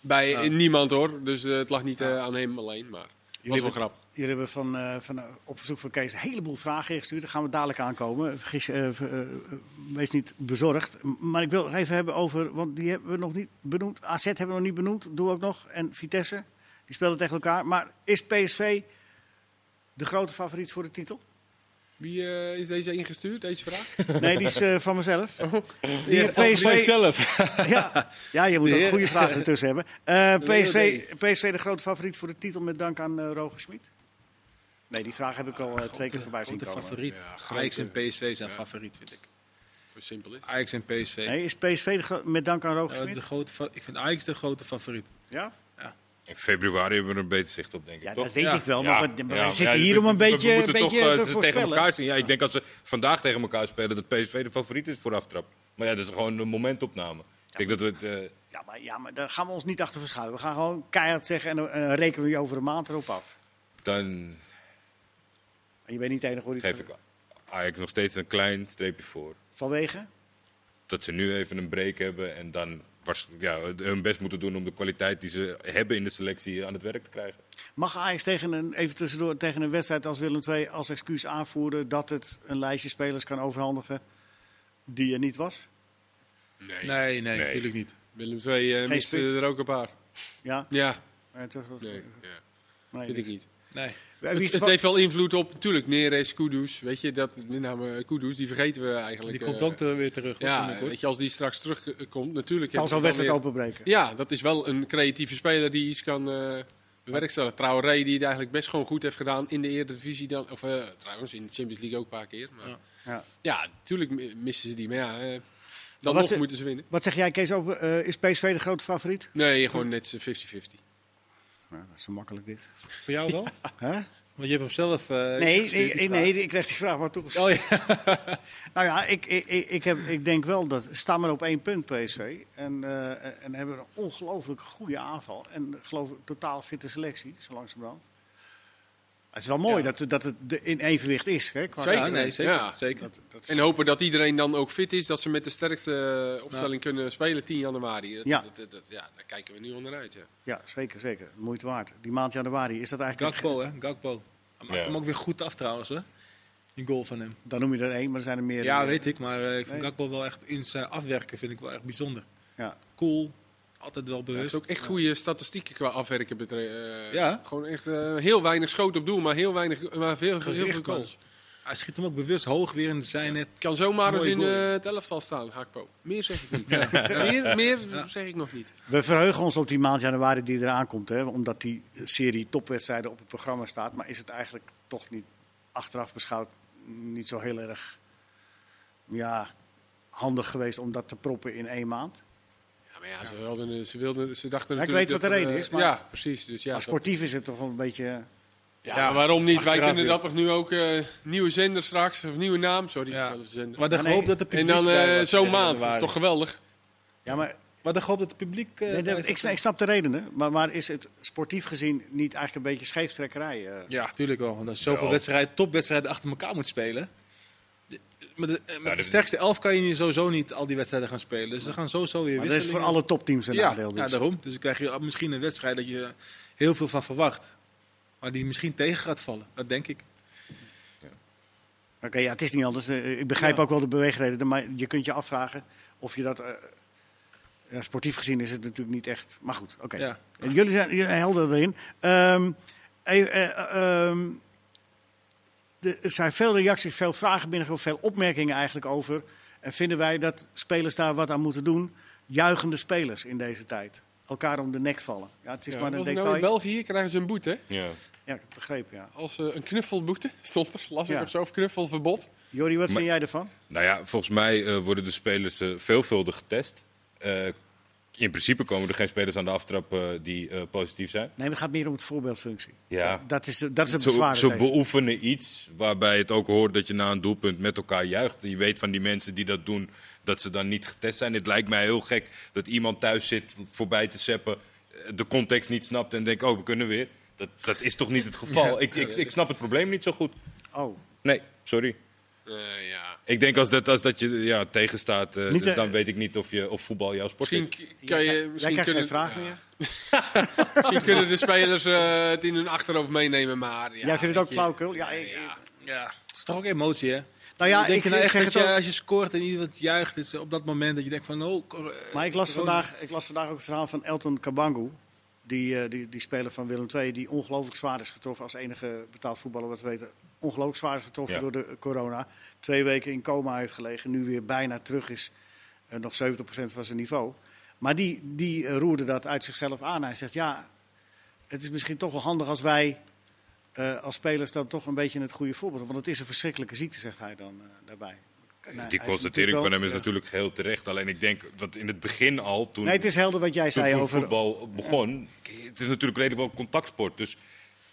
[SPEAKER 2] bij eh, niemand hoor. Dus eh, het lag niet eh, aan hem alleen, maar het was wel
[SPEAKER 1] hebben-
[SPEAKER 2] grappig.
[SPEAKER 1] Jullie hebben van, eh, van, eh, op verzoek van Kees een heleboel vragen ingestuurd. Daar gaan we dadelijk aankomen. Vergis, eh, ver- eh, eh, wees niet bezorgd. M- Maar ik wil het even hebben over, want die hebben we nog niet benoemd. AZ hebben we nog niet benoemd, doe ook nog. En Vitesse, die speelden tegen elkaar. Maar is PSV de grote favoriet voor de titel?
[SPEAKER 2] Wie eh, is deze ingestuurd, deze vraag?
[SPEAKER 1] Nee, die is eh, van mezelf. Die heeft
[SPEAKER 4] Volgens mij
[SPEAKER 1] PSV,
[SPEAKER 4] zelf.
[SPEAKER 1] ja, ja, je moet ook goede vragen ertussen hebben. Eh, PSV,
[SPEAKER 4] Leeuwarden.
[SPEAKER 1] PSV de grote favoriet voor de titel met dank aan eh, Roger Smit? Nee, die vraag heb ik al eh, twee keer voorbij zien
[SPEAKER 4] Grote
[SPEAKER 1] komen.
[SPEAKER 4] favoriet.
[SPEAKER 2] Ja, grote-
[SPEAKER 4] Ajax en PSV zijn favoriet, vind ik.
[SPEAKER 2] Hoe simpel is het?
[SPEAKER 4] Ajax en PSV.
[SPEAKER 1] Nee, is PSV de gro- met dank aan Roger
[SPEAKER 4] Eh,
[SPEAKER 1] Smit?
[SPEAKER 4] de grote, fa- ik vind Ajax de grote favoriet.
[SPEAKER 1] Ja,
[SPEAKER 3] In februari hebben we er een beter zicht op, denk ik.
[SPEAKER 1] ja
[SPEAKER 3] toch?
[SPEAKER 1] dat weet
[SPEAKER 4] Ja.
[SPEAKER 1] ik wel,
[SPEAKER 3] Ja,
[SPEAKER 1] Oh, maar we, we
[SPEAKER 3] ja,
[SPEAKER 1] zitten
[SPEAKER 3] ja,
[SPEAKER 1] hier
[SPEAKER 3] we-
[SPEAKER 1] om een
[SPEAKER 3] we- we
[SPEAKER 1] beetje, een
[SPEAKER 3] moeten
[SPEAKER 1] beetje
[SPEAKER 3] toch, eh,
[SPEAKER 1] te
[SPEAKER 3] ze tegen
[SPEAKER 1] voorspellen.
[SPEAKER 3] elkaar zien. Ja, ik denk als ze vandaag tegen elkaar spelen dat PSV de favoriet is voor aftrap. Maar ja, dat is gewoon een momentopname. Ik denk dat we het... eh,
[SPEAKER 1] Ja maar, ja, maar daar gaan we ons niet achter verschuilen. We gaan gewoon keihard zeggen en dan eh, rekenen we je over een maand erop af.
[SPEAKER 3] dan
[SPEAKER 1] En je bent niet de enige hoor. die het
[SPEAKER 3] geef ik Ajax nog steeds een klein streepje voor.
[SPEAKER 1] Vanwege?
[SPEAKER 3] Dat ze nu even een break hebben en dan waarsch- ja, hun best moeten doen om de kwaliteit die ze hebben in de selectie aan het werk te krijgen.
[SPEAKER 1] Mag Ajax tegen een, even tussendoor tegen een wedstrijd als Willem II als excuus aanvoeren dat het een lijstje spelers kan overhandigen die er niet was?
[SPEAKER 2] Nee.
[SPEAKER 4] Nee, nee,
[SPEAKER 3] Nee.
[SPEAKER 4] natuurlijk niet.
[SPEAKER 2] Willem II eh, miste
[SPEAKER 1] spits.
[SPEAKER 2] er ook een paar.
[SPEAKER 1] Ja,
[SPEAKER 2] Ja,
[SPEAKER 1] eh, toch-
[SPEAKER 2] nee, ja,
[SPEAKER 1] nee,
[SPEAKER 2] vind ik
[SPEAKER 1] dus-
[SPEAKER 2] niet.
[SPEAKER 4] Nee.
[SPEAKER 1] Wie is er
[SPEAKER 2] Het, het
[SPEAKER 1] van-
[SPEAKER 2] heeft wel invloed op, natuurlijk, Neres, Kudus. Weet je, dat, met name eh, Kudus, die vergeten we eigenlijk.
[SPEAKER 4] Die komt
[SPEAKER 2] eh,
[SPEAKER 4] ook er weer terug. hoor, vind
[SPEAKER 2] Ja,
[SPEAKER 4] ik, hoor.
[SPEAKER 2] weet je, als die straks terugkomt, natuurlijk...
[SPEAKER 1] kan
[SPEAKER 2] hebben
[SPEAKER 1] zo'n
[SPEAKER 2] ze dan
[SPEAKER 1] wedstrijd
[SPEAKER 2] weer-
[SPEAKER 1] openbreken.
[SPEAKER 2] Ja, dat is wel een creatieve speler die iets kan eh bewerkstelligen. Traoré, die het eigenlijk best gewoon goed heeft gedaan in de Eredivisie. Dan, of eh, trouwens, in de Champions League ook een paar keer. Maar,
[SPEAKER 4] Ja.
[SPEAKER 2] ja.
[SPEAKER 1] Ja.
[SPEAKER 2] natuurlijk mi- missen ze die. Maar ja, eh,
[SPEAKER 1] wat
[SPEAKER 2] dan nog
[SPEAKER 1] ze-
[SPEAKER 2] moeten ze winnen.
[SPEAKER 1] Wat zeg jij, Kees? Over, eh, is PSV de grote favoriet?
[SPEAKER 2] Nee, gewoon net zo'n 50-50.
[SPEAKER 1] Nou, dat is zo makkelijk dit.
[SPEAKER 4] Voor jou (laughs) wel?
[SPEAKER 1] Hè?
[SPEAKER 4] Want je hebt hem zelf. eh,
[SPEAKER 1] Nee,
[SPEAKER 4] gestuurd, die
[SPEAKER 1] nee,
[SPEAKER 4] vraag.
[SPEAKER 1] nee, ik kreeg die vraag maar toegestuurd.
[SPEAKER 4] Oh ja.
[SPEAKER 1] Nou ja, ik, ik, ik, ik heb, ik denk wel dat. Staan maar op één punt, PSV. En, eh, en hebben een ongelooflijk goede aanval. En geloof ik, totaal fitte selectie, zo langzamerhand. Het is wel mooi
[SPEAKER 2] Ja.
[SPEAKER 1] dat, het- dat het de- in evenwicht is. Hè, qua-
[SPEAKER 2] Zeker.
[SPEAKER 4] Ja, nee, zeker.
[SPEAKER 2] Ja.
[SPEAKER 4] zeker.
[SPEAKER 1] Dat, dat is-
[SPEAKER 2] En hopen dat iedereen dan ook fit is. Dat ze met de sterkste eh, opstelling kunnen spelen 10 januari. Dat,
[SPEAKER 1] Ja.
[SPEAKER 2] dat- dat- dat- ja, daar kijken we nu onderuit. Ja.
[SPEAKER 1] ja, zeker, zeker. Moeite waard. Die maand januari is dat eigenlijk.
[SPEAKER 4] Gakpo, hè? Gakpo. Hij maakt
[SPEAKER 3] Ja.
[SPEAKER 4] hem ook weer goed af trouwens, hè? Die goal van hem.
[SPEAKER 1] Dan noem je er één, maar er zijn er meer.
[SPEAKER 4] Ja,
[SPEAKER 1] Die-
[SPEAKER 4] weet ik. Maar eh, ik vind
[SPEAKER 1] Nee.
[SPEAKER 4] Gakpo wel echt in zijn afwerken vind ik wel echt bijzonder.
[SPEAKER 1] Ja.
[SPEAKER 4] Cool. altijd wel
[SPEAKER 2] Hij
[SPEAKER 4] bewust.
[SPEAKER 2] heeft ook echt goede statistieken qua afwerken betreft.
[SPEAKER 4] dus- Ja.
[SPEAKER 2] Gewoon echt eh, heel weinig schoten op doel, maar heel weinig, maar veel, heel veel
[SPEAKER 4] Gericht, man.
[SPEAKER 2] goals.
[SPEAKER 4] Hij schiet hem ook bewust hoog weer in de zijnet.
[SPEAKER 2] Kan zomaar eens
[SPEAKER 4] Mooie
[SPEAKER 2] in
[SPEAKER 4] goal.
[SPEAKER 2] eh, het elftal staan, Hakpo. Meer zeg ik niet. (laughs) Meer, meer zeg ik nog niet.
[SPEAKER 1] We verheugen ons op die maand januari die eraan komt. Hè? Omdat die serie topwedstrijden op het programma staat. Maar is het eigenlijk toch niet, achteraf beschouwd, niet zo heel erg ja, handig geweest om dat te proppen in één maand?
[SPEAKER 2] Ja, maar ja, ze, wilden, eh, ze, wilden, ze dachten
[SPEAKER 1] Ja, ik weet wat
[SPEAKER 2] natuurlijk dat
[SPEAKER 1] de
[SPEAKER 2] er,
[SPEAKER 1] reden
[SPEAKER 2] eh,
[SPEAKER 1] is, maar-
[SPEAKER 2] Ja, precies. Dus ja,
[SPEAKER 1] maar
[SPEAKER 2] dat-
[SPEAKER 1] sportief is het toch wel een beetje...
[SPEAKER 2] ja, maar waarom niet? Wij
[SPEAKER 1] achteraf
[SPEAKER 2] kunnen dat toch nu ook eh, nieuwe zender straks, of nieuwe naam, sorry.
[SPEAKER 4] Ja.
[SPEAKER 2] zelfs zender.
[SPEAKER 4] Wat de
[SPEAKER 1] nee.
[SPEAKER 4] hoop dat de
[SPEAKER 2] En
[SPEAKER 4] publiek.
[SPEAKER 2] dan
[SPEAKER 4] bij
[SPEAKER 2] eh,
[SPEAKER 4] was
[SPEAKER 2] zo'n
[SPEAKER 4] in
[SPEAKER 2] maand, dat is
[SPEAKER 4] januari.
[SPEAKER 2] toch geweldig?
[SPEAKER 1] Ja, maar
[SPEAKER 4] Wat de hoop dat het publiek. eh,
[SPEAKER 1] nee,
[SPEAKER 4] bij
[SPEAKER 1] nee,
[SPEAKER 4] zat.
[SPEAKER 1] ik, snap- ik snap de redenen. Maar, maar is het sportief gezien niet eigenlijk een beetje scheeftrekkerij? eh?
[SPEAKER 4] Ja, tuurlijk wel. Want als je zoveel
[SPEAKER 3] Ja.
[SPEAKER 4] wedstrijden, topwedstrijden achter elkaar moet spelen. de- Met de, eh, met de
[SPEAKER 3] dat-
[SPEAKER 4] sterkste elf kan je niet- sowieso niet al die wedstrijden gaan spelen. Dus ze gaan sowieso weer
[SPEAKER 1] Maar dat is voor
[SPEAKER 4] wisselingen.
[SPEAKER 1] alle topteams een nadeel.
[SPEAKER 4] ja,
[SPEAKER 1] dus.
[SPEAKER 4] daarom. Dus dan krijg je misschien een wedstrijd dat je heel veel van verwacht. Maar die misschien tegen gaat vallen. Dat denk ik.
[SPEAKER 1] Oké, ja, het is niet anders. Eh, ik begrijp
[SPEAKER 4] Ja.
[SPEAKER 1] ook wel de beweegreden, maar je kunt je afvragen of je dat... eh, ja, sportief gezien is het natuurlijk niet echt... Maar goed, oké.
[SPEAKER 4] Ja.
[SPEAKER 1] En Jullie zijn jullie zijn helder erin. Ehm, eh, eh, ehm, de- er zijn veel reacties, veel vragen binnen, veel opmerkingen eigenlijk over. En vinden wij dat spelers daar wat aan moeten doen? Juichende spelers in deze tijd. Elkaar om de nek vallen. Ja, het is
[SPEAKER 2] Ja,
[SPEAKER 1] maar een
[SPEAKER 2] als het nou
[SPEAKER 1] detail.
[SPEAKER 2] in België krijgen ze een boete, hè?
[SPEAKER 3] Ja.
[SPEAKER 1] ja, begrepen, ja.
[SPEAKER 2] Als eh, een knuffelboete, (laughs) stond er, las ik
[SPEAKER 1] Ja.
[SPEAKER 2] of zo, of knuffelverbod.
[SPEAKER 1] Jordi, wat
[SPEAKER 3] Maar-
[SPEAKER 1] vind jij ervan?
[SPEAKER 3] Nou ja, volgens mij eh, worden de spelers eh, veelvuldig getest. Eh, in principe komen er geen spelers aan de aftrap eh, die eh, positief zijn.
[SPEAKER 1] Nee, het gaat meer om het voorbeeldfunctie.
[SPEAKER 3] Ja.
[SPEAKER 1] Dat is, de- dat is het
[SPEAKER 3] Ze,
[SPEAKER 1] bezwaar.
[SPEAKER 3] ze
[SPEAKER 1] tegen.
[SPEAKER 3] beoefenen iets waarbij het ook hoort dat je na een doelpunt met elkaar juicht. Je weet van die mensen die dat doen dat ze dan niet getest zijn. Het lijkt mij heel gek dat iemand thuis zit voorbij te seppen, eh, de context niet snapt en denkt: oh, we kunnen weer. Dat, dat is toch niet het geval? ik, ik, ik snap het probleem niet zo goed.
[SPEAKER 1] Oh,
[SPEAKER 3] Nee, sorry.
[SPEAKER 2] Eh, ja.
[SPEAKER 3] Ik denk als dat, als dat je ja, tegenstaat, eh,
[SPEAKER 1] Niet, eh,
[SPEAKER 3] dan weet ik niet of, je, of voetbal jouw sport
[SPEAKER 2] Misschien
[SPEAKER 3] is.
[SPEAKER 2] k- kan je...
[SPEAKER 1] jij
[SPEAKER 2] Misschien
[SPEAKER 1] krijgt
[SPEAKER 2] kunnen,
[SPEAKER 1] geen vraag
[SPEAKER 2] ja.
[SPEAKER 1] meer.
[SPEAKER 2] Misschien kunnen de spelers eh, het in hun achterhoofd meenemen, maar... Ja,
[SPEAKER 1] jij vindt het ook
[SPEAKER 2] weet je.
[SPEAKER 1] flauwkul? Ja, ik-
[SPEAKER 2] Ja.
[SPEAKER 4] Ja. Het is toch ook emotie, hè?
[SPEAKER 1] Nou ja,
[SPEAKER 4] denk
[SPEAKER 1] ik,
[SPEAKER 4] je nou
[SPEAKER 1] ik
[SPEAKER 4] echt
[SPEAKER 1] zeg
[SPEAKER 4] dat
[SPEAKER 1] het
[SPEAKER 4] je,
[SPEAKER 1] ook.
[SPEAKER 4] als je scoort en iemand juicht, is op dat moment dat je denkt van... Oh, cor- eh,
[SPEAKER 1] Maar ik las,
[SPEAKER 4] corona.
[SPEAKER 1] vandaag, ik las vandaag ook het verhaal van Elton Kabangu. Die, eh, die, die speler van Willem II, die ongelooflijk zwaar is getroffen. Als enige betaald voetballer wat we weten. Ongelooflijk zwaar is getroffen
[SPEAKER 3] Ja.
[SPEAKER 1] door de eh, corona. Twee weken in coma heeft gelegen. Nu weer bijna terug is. eh, nog 70% van zijn niveau. Maar die, die eh, roerde dat uit zichzelf aan. Hij zegt, ja, het is misschien toch wel handig als wij eh, als spelers dan toch een beetje het goede voorbeeld. Want het is een verschrikkelijke ziekte, zegt hij dan eh, daarbij. Nou, hij is
[SPEAKER 3] Die
[SPEAKER 1] natuurlijk
[SPEAKER 3] constatering
[SPEAKER 1] wel-
[SPEAKER 3] van hem is natuurlijk heel terecht. Alleen ik denk, want in het begin al, toen,
[SPEAKER 1] Nee, het is helder wat jij
[SPEAKER 3] toen,
[SPEAKER 1] zei
[SPEAKER 3] toen
[SPEAKER 1] over...
[SPEAKER 3] voetbal begon, het is natuurlijk redelijk wel contactsport. Dus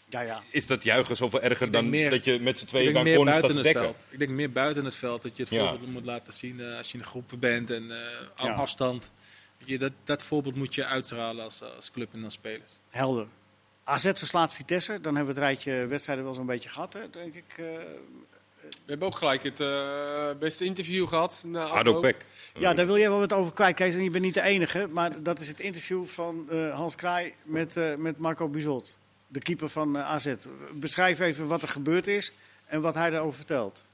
[SPEAKER 1] Ja, ja.
[SPEAKER 3] is dat juichen zoveel erger
[SPEAKER 4] denk
[SPEAKER 3] dan
[SPEAKER 4] meer-
[SPEAKER 3] dat je met z'n
[SPEAKER 4] Ik
[SPEAKER 3] tweeën
[SPEAKER 4] denk
[SPEAKER 3] bij een
[SPEAKER 4] meer
[SPEAKER 3] corner staat
[SPEAKER 4] buiten
[SPEAKER 3] te
[SPEAKER 4] het
[SPEAKER 3] dekken?
[SPEAKER 4] veld. Ik denk meer buiten het veld dat je het
[SPEAKER 3] Ja.
[SPEAKER 4] voorbeeld moet laten zien eh, als je in groepen bent en eh, aan
[SPEAKER 1] Ja.
[SPEAKER 4] afstand. Weet Je, dat, dat voorbeeld moet je uitstralen als, als club en als spelers.
[SPEAKER 1] Helder. AZ verslaat Vitesse, dan hebben we het rijtje wedstrijden wel zo'n beetje gehad, hè, denk ik. eh.
[SPEAKER 2] We hebben ook gelijk het eh, beste interview gehad. Na
[SPEAKER 3] Ado
[SPEAKER 2] afloop.
[SPEAKER 3] Pek.
[SPEAKER 1] ja, daar wil jij wel wat over kwijt, Kees, en je bent niet de enige. Maar dat is het interview van eh, Hans Kraai met, eh, met Marco Bizot, de keeper van eh, AZ. Beschrijf even wat er gebeurd is en wat hij daarover vertelt.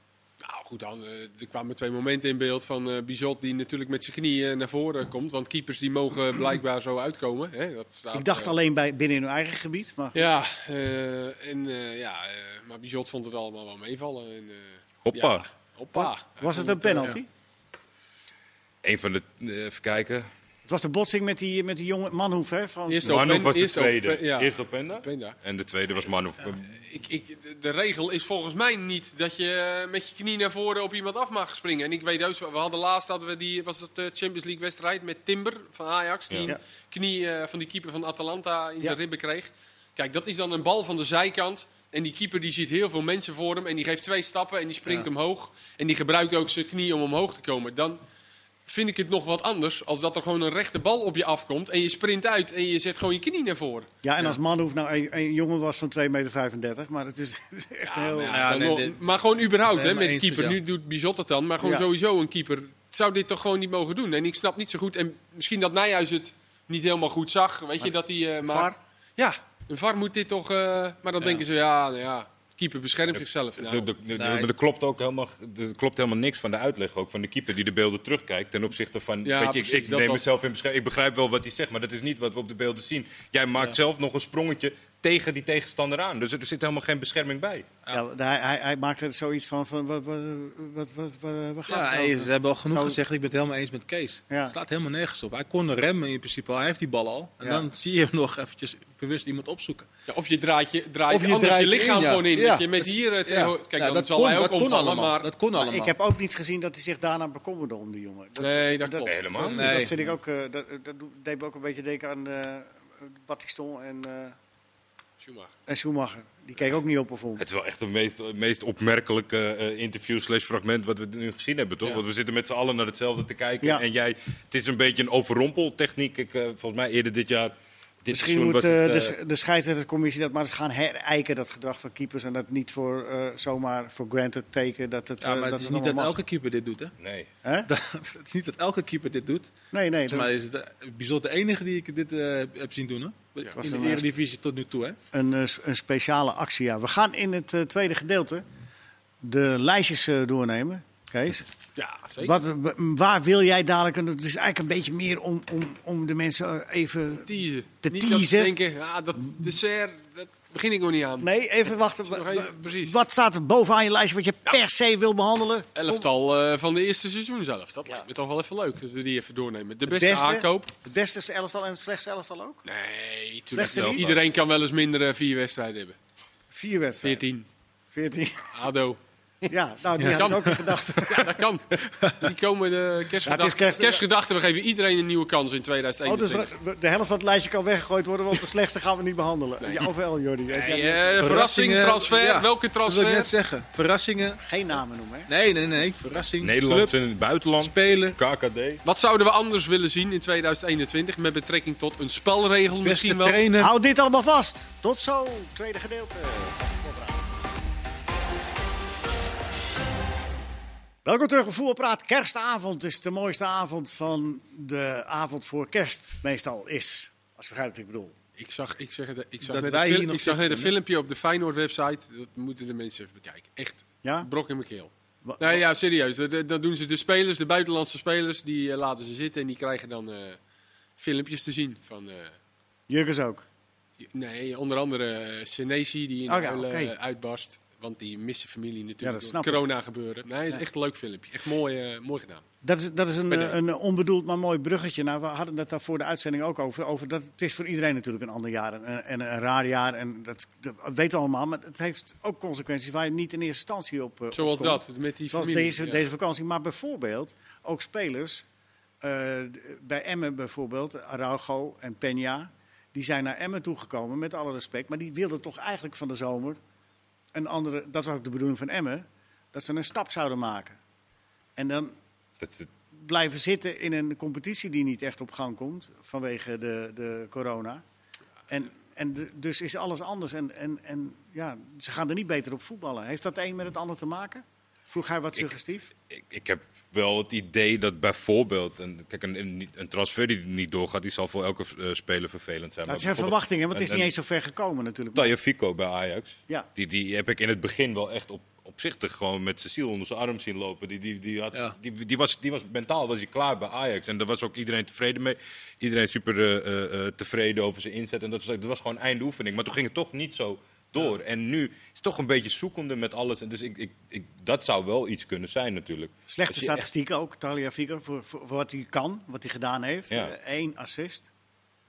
[SPEAKER 2] Nou goed, dan, eh, er kwamen twee momenten in beeld van eh Bizot die natuurlijk met zijn knieën eh, naar voren komt. Want keepers die
[SPEAKER 3] (clears throat)
[SPEAKER 2] mogen blijkbaar zo uitkomen. Hè? Dat staat,
[SPEAKER 1] ik dacht
[SPEAKER 2] eh,
[SPEAKER 1] alleen bij, binnen hun eigen gebied, maar
[SPEAKER 2] Ja, eh, en, eh, ja eh, maar Bizot vond het allemaal wel meevallen. En, eh,
[SPEAKER 3] Hoppa.
[SPEAKER 2] ja, hoppa. Hij
[SPEAKER 1] was
[SPEAKER 2] vond
[SPEAKER 1] het een penalty?
[SPEAKER 3] Een van de, eh, even kijken.
[SPEAKER 1] Het was de botsing met die, met die jonge Manhoef, hè? Van,
[SPEAKER 2] Eerst op
[SPEAKER 3] Manhoef
[SPEAKER 2] en-
[SPEAKER 3] was de
[SPEAKER 2] eerst op-
[SPEAKER 3] tweede.
[SPEAKER 2] ja.
[SPEAKER 3] Eerst op Penda.
[SPEAKER 2] eh, Penda.
[SPEAKER 3] En de tweede was Manhoef.
[SPEAKER 2] Ik, ik, de- de regel is volgens mij niet dat je eh, met je knie naar voren op iemand af mag springen. En ik weet heus, wel, we hadden laatst hadden we die, was dat de Champions League wedstrijd met Timber van Ajax. Die
[SPEAKER 3] Ja.
[SPEAKER 2] een
[SPEAKER 1] Ja.
[SPEAKER 2] knie eh, van die keeper van Atalanta in zijn
[SPEAKER 1] Ja.
[SPEAKER 2] ribben kreeg. Kijk, dat is dan een bal van de zijkant. En die keeper die ziet heel veel mensen voor hem. En die geeft twee stappen en die springt
[SPEAKER 4] Ja.
[SPEAKER 2] omhoog. En die gebruikt ook zijn knie om omhoog te komen. Dan vind ik het nog wat anders als dat er gewoon een rechte bal op je afkomt. En je sprint uit en je zet gewoon je knie naar voren.
[SPEAKER 1] Ja, en als Manhoef nou een, een jongen was van 2,35 meter, maar het is, het is echt
[SPEAKER 2] Ja,
[SPEAKER 1] heel...
[SPEAKER 2] maar,
[SPEAKER 4] Ja,
[SPEAKER 2] dan
[SPEAKER 4] Ah, nee,
[SPEAKER 2] nog-
[SPEAKER 4] dit-
[SPEAKER 2] maar gewoon überhaupt,
[SPEAKER 4] Nee,
[SPEAKER 2] hè,
[SPEAKER 4] maar
[SPEAKER 2] met de
[SPEAKER 4] eens
[SPEAKER 2] keeper.
[SPEAKER 4] met jou.
[SPEAKER 2] Nu doet Bizot dat dan, maar gewoon
[SPEAKER 1] Ja.
[SPEAKER 2] sowieso een keeper zou dit toch gewoon niet mogen doen. En ik snap niet zo goed, en misschien dat Nijhuis het niet helemaal goed zag, weet je, dat hij... eh, maar-
[SPEAKER 1] VAR?
[SPEAKER 2] Ja, een VAR moet dit toch... eh, maar dan
[SPEAKER 4] Ja.
[SPEAKER 2] denken ze, ja, nou ja, keeper beschermt zichzelf. Nou,
[SPEAKER 3] Dat- dat- dat- maar Er klopt ook helemaal, er klopt helemaal niks van de uitleg ook van de keeper die de beelden terugkijkt ten opzichte
[SPEAKER 2] Ja,
[SPEAKER 3] van. weet je, ik-
[SPEAKER 2] precies,
[SPEAKER 3] ik,
[SPEAKER 2] dat
[SPEAKER 3] neem
[SPEAKER 2] was-
[SPEAKER 3] mezelf in beschrijving. Ik begrijp wel wat hij zegt, maar dat is niet wat we op de beelden zien. Jij maakt zelf nog een sprongetje tegen die tegenstander aan, dus er zit helemaal geen bescherming bij.
[SPEAKER 1] Ja, hij, hij, hij maakte er zoiets van, van wat, wat, wat, wat, wat, wat gaat
[SPEAKER 4] Ja, eh,
[SPEAKER 1] het
[SPEAKER 4] hey,
[SPEAKER 1] over?
[SPEAKER 4] ze hebben al genoeg
[SPEAKER 1] Zo-
[SPEAKER 4] gezegd. Ik ben het helemaal eens met Kees.
[SPEAKER 1] Ja.
[SPEAKER 4] Het slaat helemaal nergens op. Hij kon remmen in principe al. Hij heeft die bal al. En
[SPEAKER 1] Ja.
[SPEAKER 4] dan zie je hem nog eventjes bewust iemand opzoeken.
[SPEAKER 2] ja, of je draait je, draait
[SPEAKER 4] Of
[SPEAKER 2] je
[SPEAKER 4] je
[SPEAKER 2] anders
[SPEAKER 4] draait
[SPEAKER 2] je
[SPEAKER 4] je
[SPEAKER 2] lichaam
[SPEAKER 4] in, ja.
[SPEAKER 2] gewoon in.
[SPEAKER 4] Ja,
[SPEAKER 2] Dat je met
[SPEAKER 4] dat is-
[SPEAKER 2] hier... eh,
[SPEAKER 4] Ja,
[SPEAKER 2] tegen- Kijk,
[SPEAKER 4] ja,
[SPEAKER 2] dan
[SPEAKER 4] dat
[SPEAKER 2] zal
[SPEAKER 4] kon-
[SPEAKER 2] hij ook
[SPEAKER 4] dat kon
[SPEAKER 2] omvallen,
[SPEAKER 4] allemaal.
[SPEAKER 2] maar...
[SPEAKER 4] Dat kon
[SPEAKER 1] Maar
[SPEAKER 4] allemaal.
[SPEAKER 1] ik heb ook niet gezien dat hij zich daarna bekommerde om de jongen. Dat,
[SPEAKER 2] Nee, dat klopt.
[SPEAKER 3] Helemaal niet.
[SPEAKER 4] Nee.
[SPEAKER 1] dat vind ik ook, eh, dat, dat doet- deed me ook een beetje denken aan eh Battiston en, eh,
[SPEAKER 2] Schumacher.
[SPEAKER 1] en Schumacher. Die keek ook niet op bijvoorbeeld.
[SPEAKER 3] Het is wel echt het meest, het meest opmerkelijke eh, interview slash fragment wat we nu gezien hebben, toch?
[SPEAKER 2] Ja.
[SPEAKER 3] Want we zitten met z'n allen naar hetzelfde te kijken.
[SPEAKER 1] Ja.
[SPEAKER 3] En jij, het is een beetje een overrompeltechniek. Ik, eh, volgens mij eerder dit jaar. Dit
[SPEAKER 1] Misschien
[SPEAKER 3] seizoen
[SPEAKER 1] moet
[SPEAKER 3] was
[SPEAKER 1] eh,
[SPEAKER 3] het,
[SPEAKER 1] de,
[SPEAKER 3] eh,
[SPEAKER 1] sch- de scheidsrechtercommissie dat maar eens gaan herijken, dat gedrag van keepers. En dat niet voor, eh, zomaar voor granted taken dat het,
[SPEAKER 4] Ja,
[SPEAKER 1] eh,
[SPEAKER 4] maar
[SPEAKER 1] dat
[SPEAKER 4] het is
[SPEAKER 1] het
[SPEAKER 4] niet dat
[SPEAKER 1] allemaal
[SPEAKER 4] elke keeper dit doet, hè? (laughs)
[SPEAKER 3] Nee.
[SPEAKER 1] mag. Hè?
[SPEAKER 4] Dat- het is niet dat elke keeper dit doet.
[SPEAKER 1] Nee, nee.
[SPEAKER 4] Volgens
[SPEAKER 1] dat-
[SPEAKER 4] mij is het eh, bijzonder de enige die ik dit eh, heb zien doen, hè?
[SPEAKER 1] was
[SPEAKER 4] In de
[SPEAKER 1] een, eh,
[SPEAKER 4] Eredivisie tot nu toe, hè?
[SPEAKER 1] een, eh, s- een speciale actie. Ja. We gaan in het eh, tweede gedeelte de lijstjes eh, doornemen. Kees,
[SPEAKER 2] Ja, zeker.
[SPEAKER 1] wat, w- waar wil jij dadelijk... een- Het is eigenlijk een beetje meer om, om, om de mensen eh, even...
[SPEAKER 2] teasen.
[SPEAKER 1] Te
[SPEAKER 2] niet dat ze
[SPEAKER 1] teasen.
[SPEAKER 2] denken, ja, dat dessert, dat begin ik nog niet aan.
[SPEAKER 1] Nee, even wachten.
[SPEAKER 2] Nog even, precies.
[SPEAKER 1] Wat staat er bovenaan je lijstje wat je per se wil behandelen?
[SPEAKER 2] Elftal eh, van de eerste seizoen zelf. Dat lijkt me toch wel even leuk. Dus we die even doornemen. De beste,
[SPEAKER 1] beste?
[SPEAKER 2] aankoop.
[SPEAKER 1] Het beste elftal en het slechtste elftal ook?
[SPEAKER 2] Nee, tuurlijk
[SPEAKER 1] Slechtste
[SPEAKER 2] niet.
[SPEAKER 1] niet?
[SPEAKER 2] Iedereen kan wel eens minder eh, vier wedstrijden hebben.
[SPEAKER 1] Vier wedstrijden.
[SPEAKER 2] 14.
[SPEAKER 1] 14.
[SPEAKER 2] ADO.
[SPEAKER 1] (laughs) Ja, nou, die had
[SPEAKER 2] Kan.
[SPEAKER 1] ik ook
[SPEAKER 2] (laughs)
[SPEAKER 1] gedacht.
[SPEAKER 2] Ja, dat
[SPEAKER 4] (laughs)
[SPEAKER 2] kan. Die komen de
[SPEAKER 1] Ja, het is
[SPEAKER 2] kerstgedachten.
[SPEAKER 1] kerst-
[SPEAKER 2] kerstgedachten. We geven iedereen een nieuwe kans in
[SPEAKER 1] Oh, dus
[SPEAKER 2] 2021.
[SPEAKER 1] we- de helft van het lijstje kan weggegooid worden, want de slechtste gaan we niet behandelen. Ja, of wel, Jordi. Heb jij-
[SPEAKER 2] Nee, eh, verrassing,
[SPEAKER 4] Verrassingen,
[SPEAKER 2] transfer.
[SPEAKER 4] ja.
[SPEAKER 2] Welke
[SPEAKER 4] Dat wil ik
[SPEAKER 2] transfer?
[SPEAKER 4] net zeggen. Verrassingen.
[SPEAKER 1] Geen namen noemen, hè?
[SPEAKER 4] Nee, nee, nee. Verrassing.
[SPEAKER 3] Nederlands
[SPEAKER 4] Club,
[SPEAKER 3] en het buitenland.
[SPEAKER 4] speler.
[SPEAKER 3] KKD.
[SPEAKER 2] Wat zouden we anders willen zien in 2021 met betrekking tot een spelregel
[SPEAKER 4] Beste
[SPEAKER 2] misschien wel?
[SPEAKER 4] trainer.
[SPEAKER 1] Houd dit allemaal vast. Tot zo, tweede gedeelte. Welkom terug bij Voetbalpraat. Kerstavond is de mooiste avond van de avond voor kerst. Meestal is, als je begrijpt wat ik bedoel.
[SPEAKER 2] Ik zag, ik zeg het, ik zag
[SPEAKER 4] Dat
[SPEAKER 2] net,
[SPEAKER 4] wij
[SPEAKER 2] een,
[SPEAKER 4] hier
[SPEAKER 2] fil-
[SPEAKER 4] nog
[SPEAKER 2] ik zag net
[SPEAKER 4] zitten,
[SPEAKER 2] een
[SPEAKER 4] hè?
[SPEAKER 2] filmpje op de Feyenoord website. Dat moeten de mensen even bekijken. Echt,
[SPEAKER 1] Ja?
[SPEAKER 2] brok in mijn keel.
[SPEAKER 1] Wa-
[SPEAKER 2] Nee, ja, serieus. Dat- Dat, dat doen ze de spelers, de buitenlandse spelers, die eh, laten ze zitten en die krijgen dan eh, filmpjes te zien van... eh,
[SPEAKER 1] Jurgens ook.
[SPEAKER 2] Nee, onder andere eh, Senesi die in
[SPEAKER 1] Oh
[SPEAKER 2] de
[SPEAKER 1] ja,
[SPEAKER 2] huilen,
[SPEAKER 1] oké.
[SPEAKER 2] eh, uitbarst. Want die mist zijn familie
[SPEAKER 1] Ja,
[SPEAKER 2] natuurlijk
[SPEAKER 1] dat
[SPEAKER 2] door
[SPEAKER 1] snap
[SPEAKER 2] het
[SPEAKER 1] ik.
[SPEAKER 2] corona gebeuren. Nee, is echt een leuk filmpje. Echt mooi, eh, mooi gedaan.
[SPEAKER 1] Dat is, dat is een,
[SPEAKER 2] Bij
[SPEAKER 1] eh,
[SPEAKER 2] deze.
[SPEAKER 1] een onbedoeld maar mooi bruggetje. Nou, we hadden het daar voor de uitzending ook over. over dat, het is voor iedereen natuurlijk een ander jaar en, eh, en een raar jaar. En dat, dat weten we allemaal. Maar het heeft ook consequenties waar je niet in eerste instantie op eh, op
[SPEAKER 2] Zoals
[SPEAKER 1] komt.
[SPEAKER 2] dat, met die
[SPEAKER 1] Zoals
[SPEAKER 2] familie. eh,
[SPEAKER 1] deze,
[SPEAKER 2] ja.
[SPEAKER 1] deze vakantie. Maar bijvoorbeeld ook spelers. eh, bij Emmen bijvoorbeeld, Araujo en Peña. Die zijn naar Emmen toegekomen, met alle respect. Maar die wilden toch eigenlijk van de zomer een andere... Dat was ook de bedoeling van Emmen. Dat ze een stap zouden maken. En dan
[SPEAKER 3] Dat is het
[SPEAKER 1] blijven zitten in een competitie die niet echt op gang komt vanwege de, de corona. En, en de- dus is alles anders. En, en, en ja, ze gaan er niet beter op voetballen. Heeft dat een met het ander te maken? Vroeg hij wat
[SPEAKER 3] Ik-
[SPEAKER 1] suggestief?
[SPEAKER 3] ik, ik heb wel het idee dat bijvoorbeeld. Een, kijk, een, een, niet- een transfer die niet doorgaat, die zal voor elke eh, speler vervelend zijn.
[SPEAKER 1] Dat
[SPEAKER 3] Maar
[SPEAKER 1] zijn
[SPEAKER 3] bijvoorbeeld
[SPEAKER 1] verwachtingen, want Nou, het is
[SPEAKER 3] een-
[SPEAKER 1] niet eens zo ver gekomen natuurlijk.
[SPEAKER 3] Taya Fico bij Ajax.
[SPEAKER 1] Ja.
[SPEAKER 3] Die, die heb ik in het begin wel echt op, opzichtig gewoon met Cecile onder zijn arm zien lopen. Die, die, die, had,
[SPEAKER 4] Ja.
[SPEAKER 3] die, die, was, die was mentaal was hij klaar bij Ajax. En daar was ook iedereen tevreden mee. Iedereen super eh, eh, eh, tevreden over zijn inzet. En dat, was- dat was gewoon einde oefening. Maar toen ging het toch niet zo door. En nu is het toch een beetje zoekende met alles. En dus ik, ik, ik, dat zou wel iets kunnen zijn natuurlijk.
[SPEAKER 1] Slechte
[SPEAKER 3] Als je echt-
[SPEAKER 1] statistieken ook, Talia Fico, voor, voor, voor wat hij kan, wat hij gedaan heeft.
[SPEAKER 3] Ja.
[SPEAKER 1] Eén assist,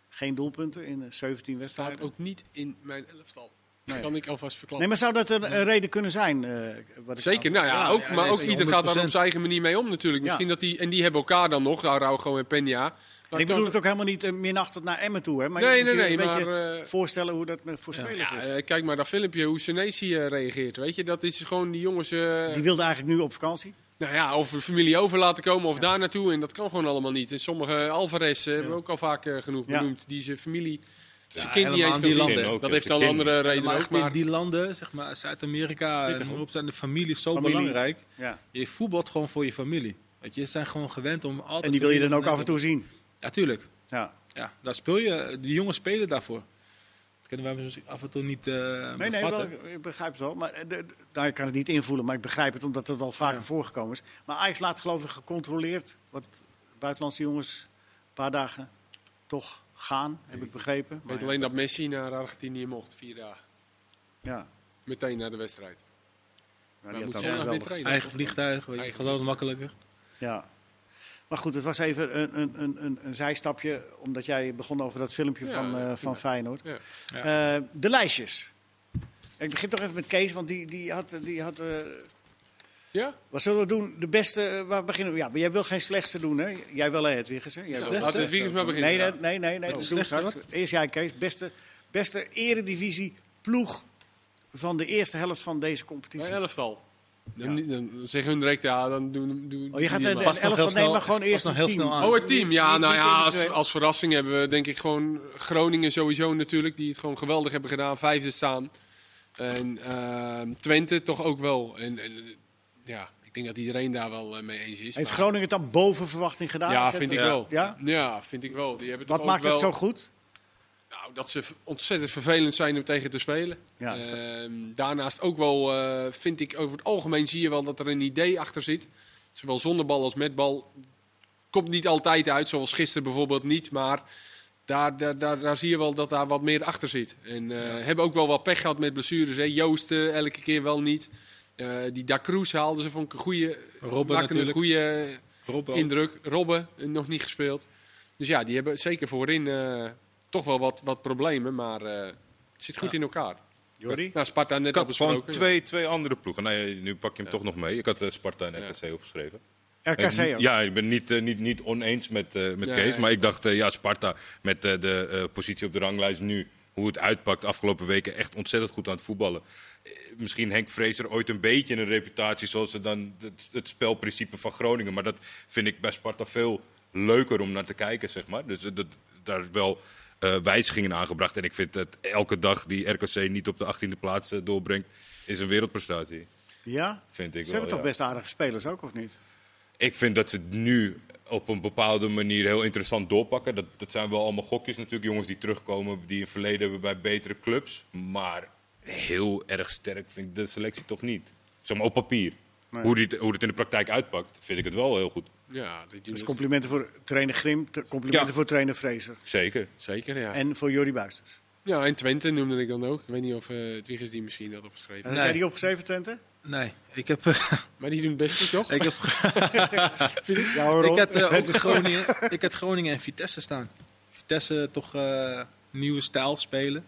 [SPEAKER 1] geen doelpunten in eh, 17 wedstrijden.
[SPEAKER 2] Staat ook niet in mijn elftal.
[SPEAKER 1] Nee.
[SPEAKER 2] Kan ik alvast verklappen.
[SPEAKER 1] Nee, maar zou dat een, een reden kunnen zijn? eh, wat ik-
[SPEAKER 2] Zeker, nou ja,
[SPEAKER 4] Ja,
[SPEAKER 2] ook,
[SPEAKER 4] ja,
[SPEAKER 2] maar
[SPEAKER 4] nee,
[SPEAKER 2] ook
[SPEAKER 4] zeker,
[SPEAKER 2] ieder gaat daar op
[SPEAKER 4] 100%.
[SPEAKER 2] zijn eigen manier mee om natuurlijk. Misschien dat die, en die hebben elkaar dan nog, Araujo en Peña.
[SPEAKER 1] Ik bedoel het ook helemaal niet eh, minachtend naar Emmen toe, hè? Maar
[SPEAKER 2] Nee,
[SPEAKER 1] je moet
[SPEAKER 2] nee,
[SPEAKER 1] je
[SPEAKER 2] nee,
[SPEAKER 1] een
[SPEAKER 2] maar,
[SPEAKER 1] beetje
[SPEAKER 2] eh,
[SPEAKER 1] voorstellen hoe dat met- voor spelers
[SPEAKER 2] Ja,
[SPEAKER 1] is.
[SPEAKER 2] eh, kijk maar dat filmpje hoe Senesi eh, reageert. Weet je, dat is gewoon die jongens... eh,
[SPEAKER 1] Die wilde eigenlijk nu op vakantie.
[SPEAKER 2] Nou ja, of de familie over laten komen of daar naartoe. En dat kan gewoon allemaal niet. En sommige eh, Alvarez eh, hebben we ook al vaak eh, genoeg
[SPEAKER 1] Ja.
[SPEAKER 2] benoemd. Die zijn familie, zijn
[SPEAKER 4] Ja,
[SPEAKER 2] kind niet eens
[SPEAKER 4] helemaal in
[SPEAKER 2] kan
[SPEAKER 4] die
[SPEAKER 2] zien.
[SPEAKER 4] landen.
[SPEAKER 3] Ook,
[SPEAKER 2] Dat
[SPEAKER 3] hè,
[SPEAKER 2] heeft
[SPEAKER 3] zijn
[SPEAKER 2] dan
[SPEAKER 3] kind.
[SPEAKER 2] andere redenen
[SPEAKER 4] Maar
[SPEAKER 2] ook.
[SPEAKER 4] echt in
[SPEAKER 2] Maar
[SPEAKER 4] die landen, zeg maar, Zuid-Amerika, en noem op, zijn de families zo
[SPEAKER 1] Familie.
[SPEAKER 4] belangrijk.
[SPEAKER 1] Ja.
[SPEAKER 4] Je voetbalt gewoon voor je familie. Weet je, ze zijn gewoon gewend om altijd...
[SPEAKER 1] En die wil je dan ook
[SPEAKER 4] familie-
[SPEAKER 1] af en toe zien.
[SPEAKER 4] Ja, tuurlijk.
[SPEAKER 1] Ja.
[SPEAKER 4] Ja, daar speel je. De jongens spelen daarvoor. kunnen wij misschien af en toe niet eh
[SPEAKER 1] Nee, nee, wel,
[SPEAKER 4] bevatten.
[SPEAKER 1] ik begrijp het wel. Maar, eh, de- de- nou, ik kan het niet invoelen, maar ik begrijp het omdat het wel vaker
[SPEAKER 4] Ja.
[SPEAKER 1] voorgekomen is. Maar Ajax laat geloof ik gecontroleerd wat buitenlandse jongens een paar dagen toch gaan, heb ik begrepen.
[SPEAKER 2] Ik weet
[SPEAKER 1] Maar
[SPEAKER 2] alleen dat Messi naar Argentinië mocht, vier dagen.
[SPEAKER 1] ja, ja,
[SPEAKER 2] Meteen naar de wedstrijd.
[SPEAKER 1] maar
[SPEAKER 2] Maar
[SPEAKER 1] die
[SPEAKER 2] moet
[SPEAKER 1] had ook
[SPEAKER 2] zondag weer
[SPEAKER 1] geweldig-
[SPEAKER 2] trainen.
[SPEAKER 4] Eigen vliegtuig, weet je,
[SPEAKER 2] Eigen
[SPEAKER 4] geloof makkelijker.
[SPEAKER 1] Ja. Maar goed, het was even een, een, een, een, een zijstapje, omdat jij begon over dat filmpje
[SPEAKER 2] Ja,
[SPEAKER 1] van, eh,
[SPEAKER 2] ja,
[SPEAKER 1] van Feyenoord.
[SPEAKER 2] Ja.
[SPEAKER 1] Eh, de lijstjes. Ik begin toch even met Kees, want die, die had... Die had eh,
[SPEAKER 2] Ja?
[SPEAKER 1] wat zullen we doen? De beste, eh, waar beginnen we? Ja, maar jij wil geen slechtste doen, hè? Jij wel, hè, Hedwiges, hè? Jij
[SPEAKER 2] Nou,
[SPEAKER 1] wil- eh,
[SPEAKER 4] slechtste?
[SPEAKER 2] Laten we het weekend maar beginnen.
[SPEAKER 1] Nee,
[SPEAKER 2] ja.
[SPEAKER 1] nee, nee, nee, nee. dat doen we
[SPEAKER 4] slechtste,
[SPEAKER 1] straks. Eerst jij, Kees. Beste, beste eredivisie ploeg van de eerste helft van deze competitie.
[SPEAKER 2] Bij elftal. Dan, dan zeggen hun direct, ja, dan doen, doen
[SPEAKER 1] Oh, je gaat
[SPEAKER 2] die
[SPEAKER 1] de,
[SPEAKER 2] maar.
[SPEAKER 1] de
[SPEAKER 4] Past nog
[SPEAKER 1] elf
[SPEAKER 4] heel
[SPEAKER 1] van nee,
[SPEAKER 4] snel-
[SPEAKER 1] maar gewoon
[SPEAKER 4] past
[SPEAKER 1] eerst
[SPEAKER 4] nog
[SPEAKER 1] een
[SPEAKER 4] heel
[SPEAKER 1] team.
[SPEAKER 4] snel aan.
[SPEAKER 2] Oh, het team. Ja,
[SPEAKER 1] Niet-
[SPEAKER 2] nou
[SPEAKER 1] niet
[SPEAKER 2] ja, als,
[SPEAKER 1] individueel.
[SPEAKER 2] als verrassing hebben we denk ik gewoon Groningen sowieso natuurlijk. Die het gewoon geweldig hebben gedaan. Vijfde staan. En ehm, Twente toch ook wel. En, en, eh, ja, ik denk dat iedereen daar wel eh, mee eens is.
[SPEAKER 1] Heeft
[SPEAKER 2] maar-
[SPEAKER 1] Groningen het dan boven verwachting gedaan?
[SPEAKER 2] Ja,
[SPEAKER 1] Zetten
[SPEAKER 2] vind
[SPEAKER 1] we-
[SPEAKER 2] ik wel.
[SPEAKER 1] Ja?
[SPEAKER 2] Ja, vind ik wel. Die hebben
[SPEAKER 1] Wat
[SPEAKER 2] toch
[SPEAKER 1] maakt
[SPEAKER 2] ook
[SPEAKER 1] het
[SPEAKER 2] wel...
[SPEAKER 1] zo goed?
[SPEAKER 2] Nou, dat ze v- ontzettend vervelend zijn om tegen te spelen.
[SPEAKER 1] Ja,
[SPEAKER 2] Ehm,
[SPEAKER 1] is
[SPEAKER 2] daarnaast ook wel, eh, vind ik, over het algemeen zie je wel dat er een idee achter zit. Zowel zonder bal als met bal. Komt niet altijd uit, zoals gisteren bijvoorbeeld niet. Maar daar, daar, daar, daar zie je wel dat daar wat meer achter zit. En eh, hebben ook wel wat pech gehad met blessures. Hè? Joost eh, elke keer wel niet. Eh, die Da Cruz haalden ze van een goede...
[SPEAKER 4] Robben
[SPEAKER 2] maakte een
[SPEAKER 4] natuurlijk.
[SPEAKER 2] goede
[SPEAKER 4] Robben ook.
[SPEAKER 2] indruk. Robben eh, nog niet gespeeld. Dus ja, die hebben zeker voorin eh, toch wel wat, wat problemen. Maar eh, het zit goed in elkaar.
[SPEAKER 1] Jordi?
[SPEAKER 2] Nou, Sparta net
[SPEAKER 3] Ik
[SPEAKER 2] al
[SPEAKER 3] had gewoon
[SPEAKER 2] besproken.
[SPEAKER 3] twee, twee andere ploegen. Nee, nu pak je hem toch nog mee. Ik had eh, Sparta en
[SPEAKER 2] Ja.
[SPEAKER 3] RKC opgeschreven.
[SPEAKER 1] RKC
[SPEAKER 3] Ik-
[SPEAKER 1] ook.
[SPEAKER 3] Ja, ik ben niet, eh, niet, niet oneens met, eh, met
[SPEAKER 2] Nee.
[SPEAKER 3] Kees. Maar ik dacht, eh, ja, Sparta met eh, de eh, positie op de ranglijst nu, hoe het uitpakt, afgelopen weken echt ontzettend goed aan het voetballen. Eh, misschien Henk Vrezer ooit een beetje een reputatie zoals ze dan het, het spelprincipe van Groningen. Maar dat vind ik bij Sparta veel leuker om naar te kijken, zeg maar. Dus eh, dat, daar is wel eh, wijzigingen aangebracht. En ik vind dat elke dag die RKC niet op de 18e plaats eh, doorbrengt, is een wereldprestatie.
[SPEAKER 1] Ja?
[SPEAKER 3] Vind ik
[SPEAKER 1] Ze
[SPEAKER 3] wel,
[SPEAKER 1] hebben toch
[SPEAKER 3] ja.
[SPEAKER 1] best aardige spelers ook, of niet?
[SPEAKER 3] Ik vind dat ze het nu op een bepaalde manier heel interessant doorpakken. Dat, dat zijn wel allemaal gokjes natuurlijk. Jongens die terugkomen, die een verleden hebben bij betere clubs. Maar heel erg sterk vind ik de selectie toch niet. Zeg maar op papier.
[SPEAKER 1] Nee.
[SPEAKER 3] Hoe, die, het- hoe het in de praktijk uitpakt, vind ik het wel heel goed.
[SPEAKER 2] Ja, die doen
[SPEAKER 1] Dus
[SPEAKER 2] het.
[SPEAKER 1] complimenten voor trainer Grim, te- complimenten
[SPEAKER 3] Ja.
[SPEAKER 1] voor trainer Fraser
[SPEAKER 3] Zeker.
[SPEAKER 2] Zeker, ja. En,
[SPEAKER 1] en voor Jordi Buisters.
[SPEAKER 2] ja. En Twente noemde ik dan ook. Ik weet niet of eh Dwiggers die misschien had opgeschreven.
[SPEAKER 1] Heb
[SPEAKER 4] Nee.
[SPEAKER 1] jij die opgeschreven, Twente?
[SPEAKER 4] Nee, ik heb, eh,
[SPEAKER 2] Maar die doen het best goed, toch?
[SPEAKER 4] (laughs) ik heb
[SPEAKER 1] Ja hoor,
[SPEAKER 4] Ik
[SPEAKER 1] Ron.
[SPEAKER 4] had, eh, op de Groningen, ik had Groningen en Vitesse staan. Vitesse toch eh, nieuwe stijl spelen.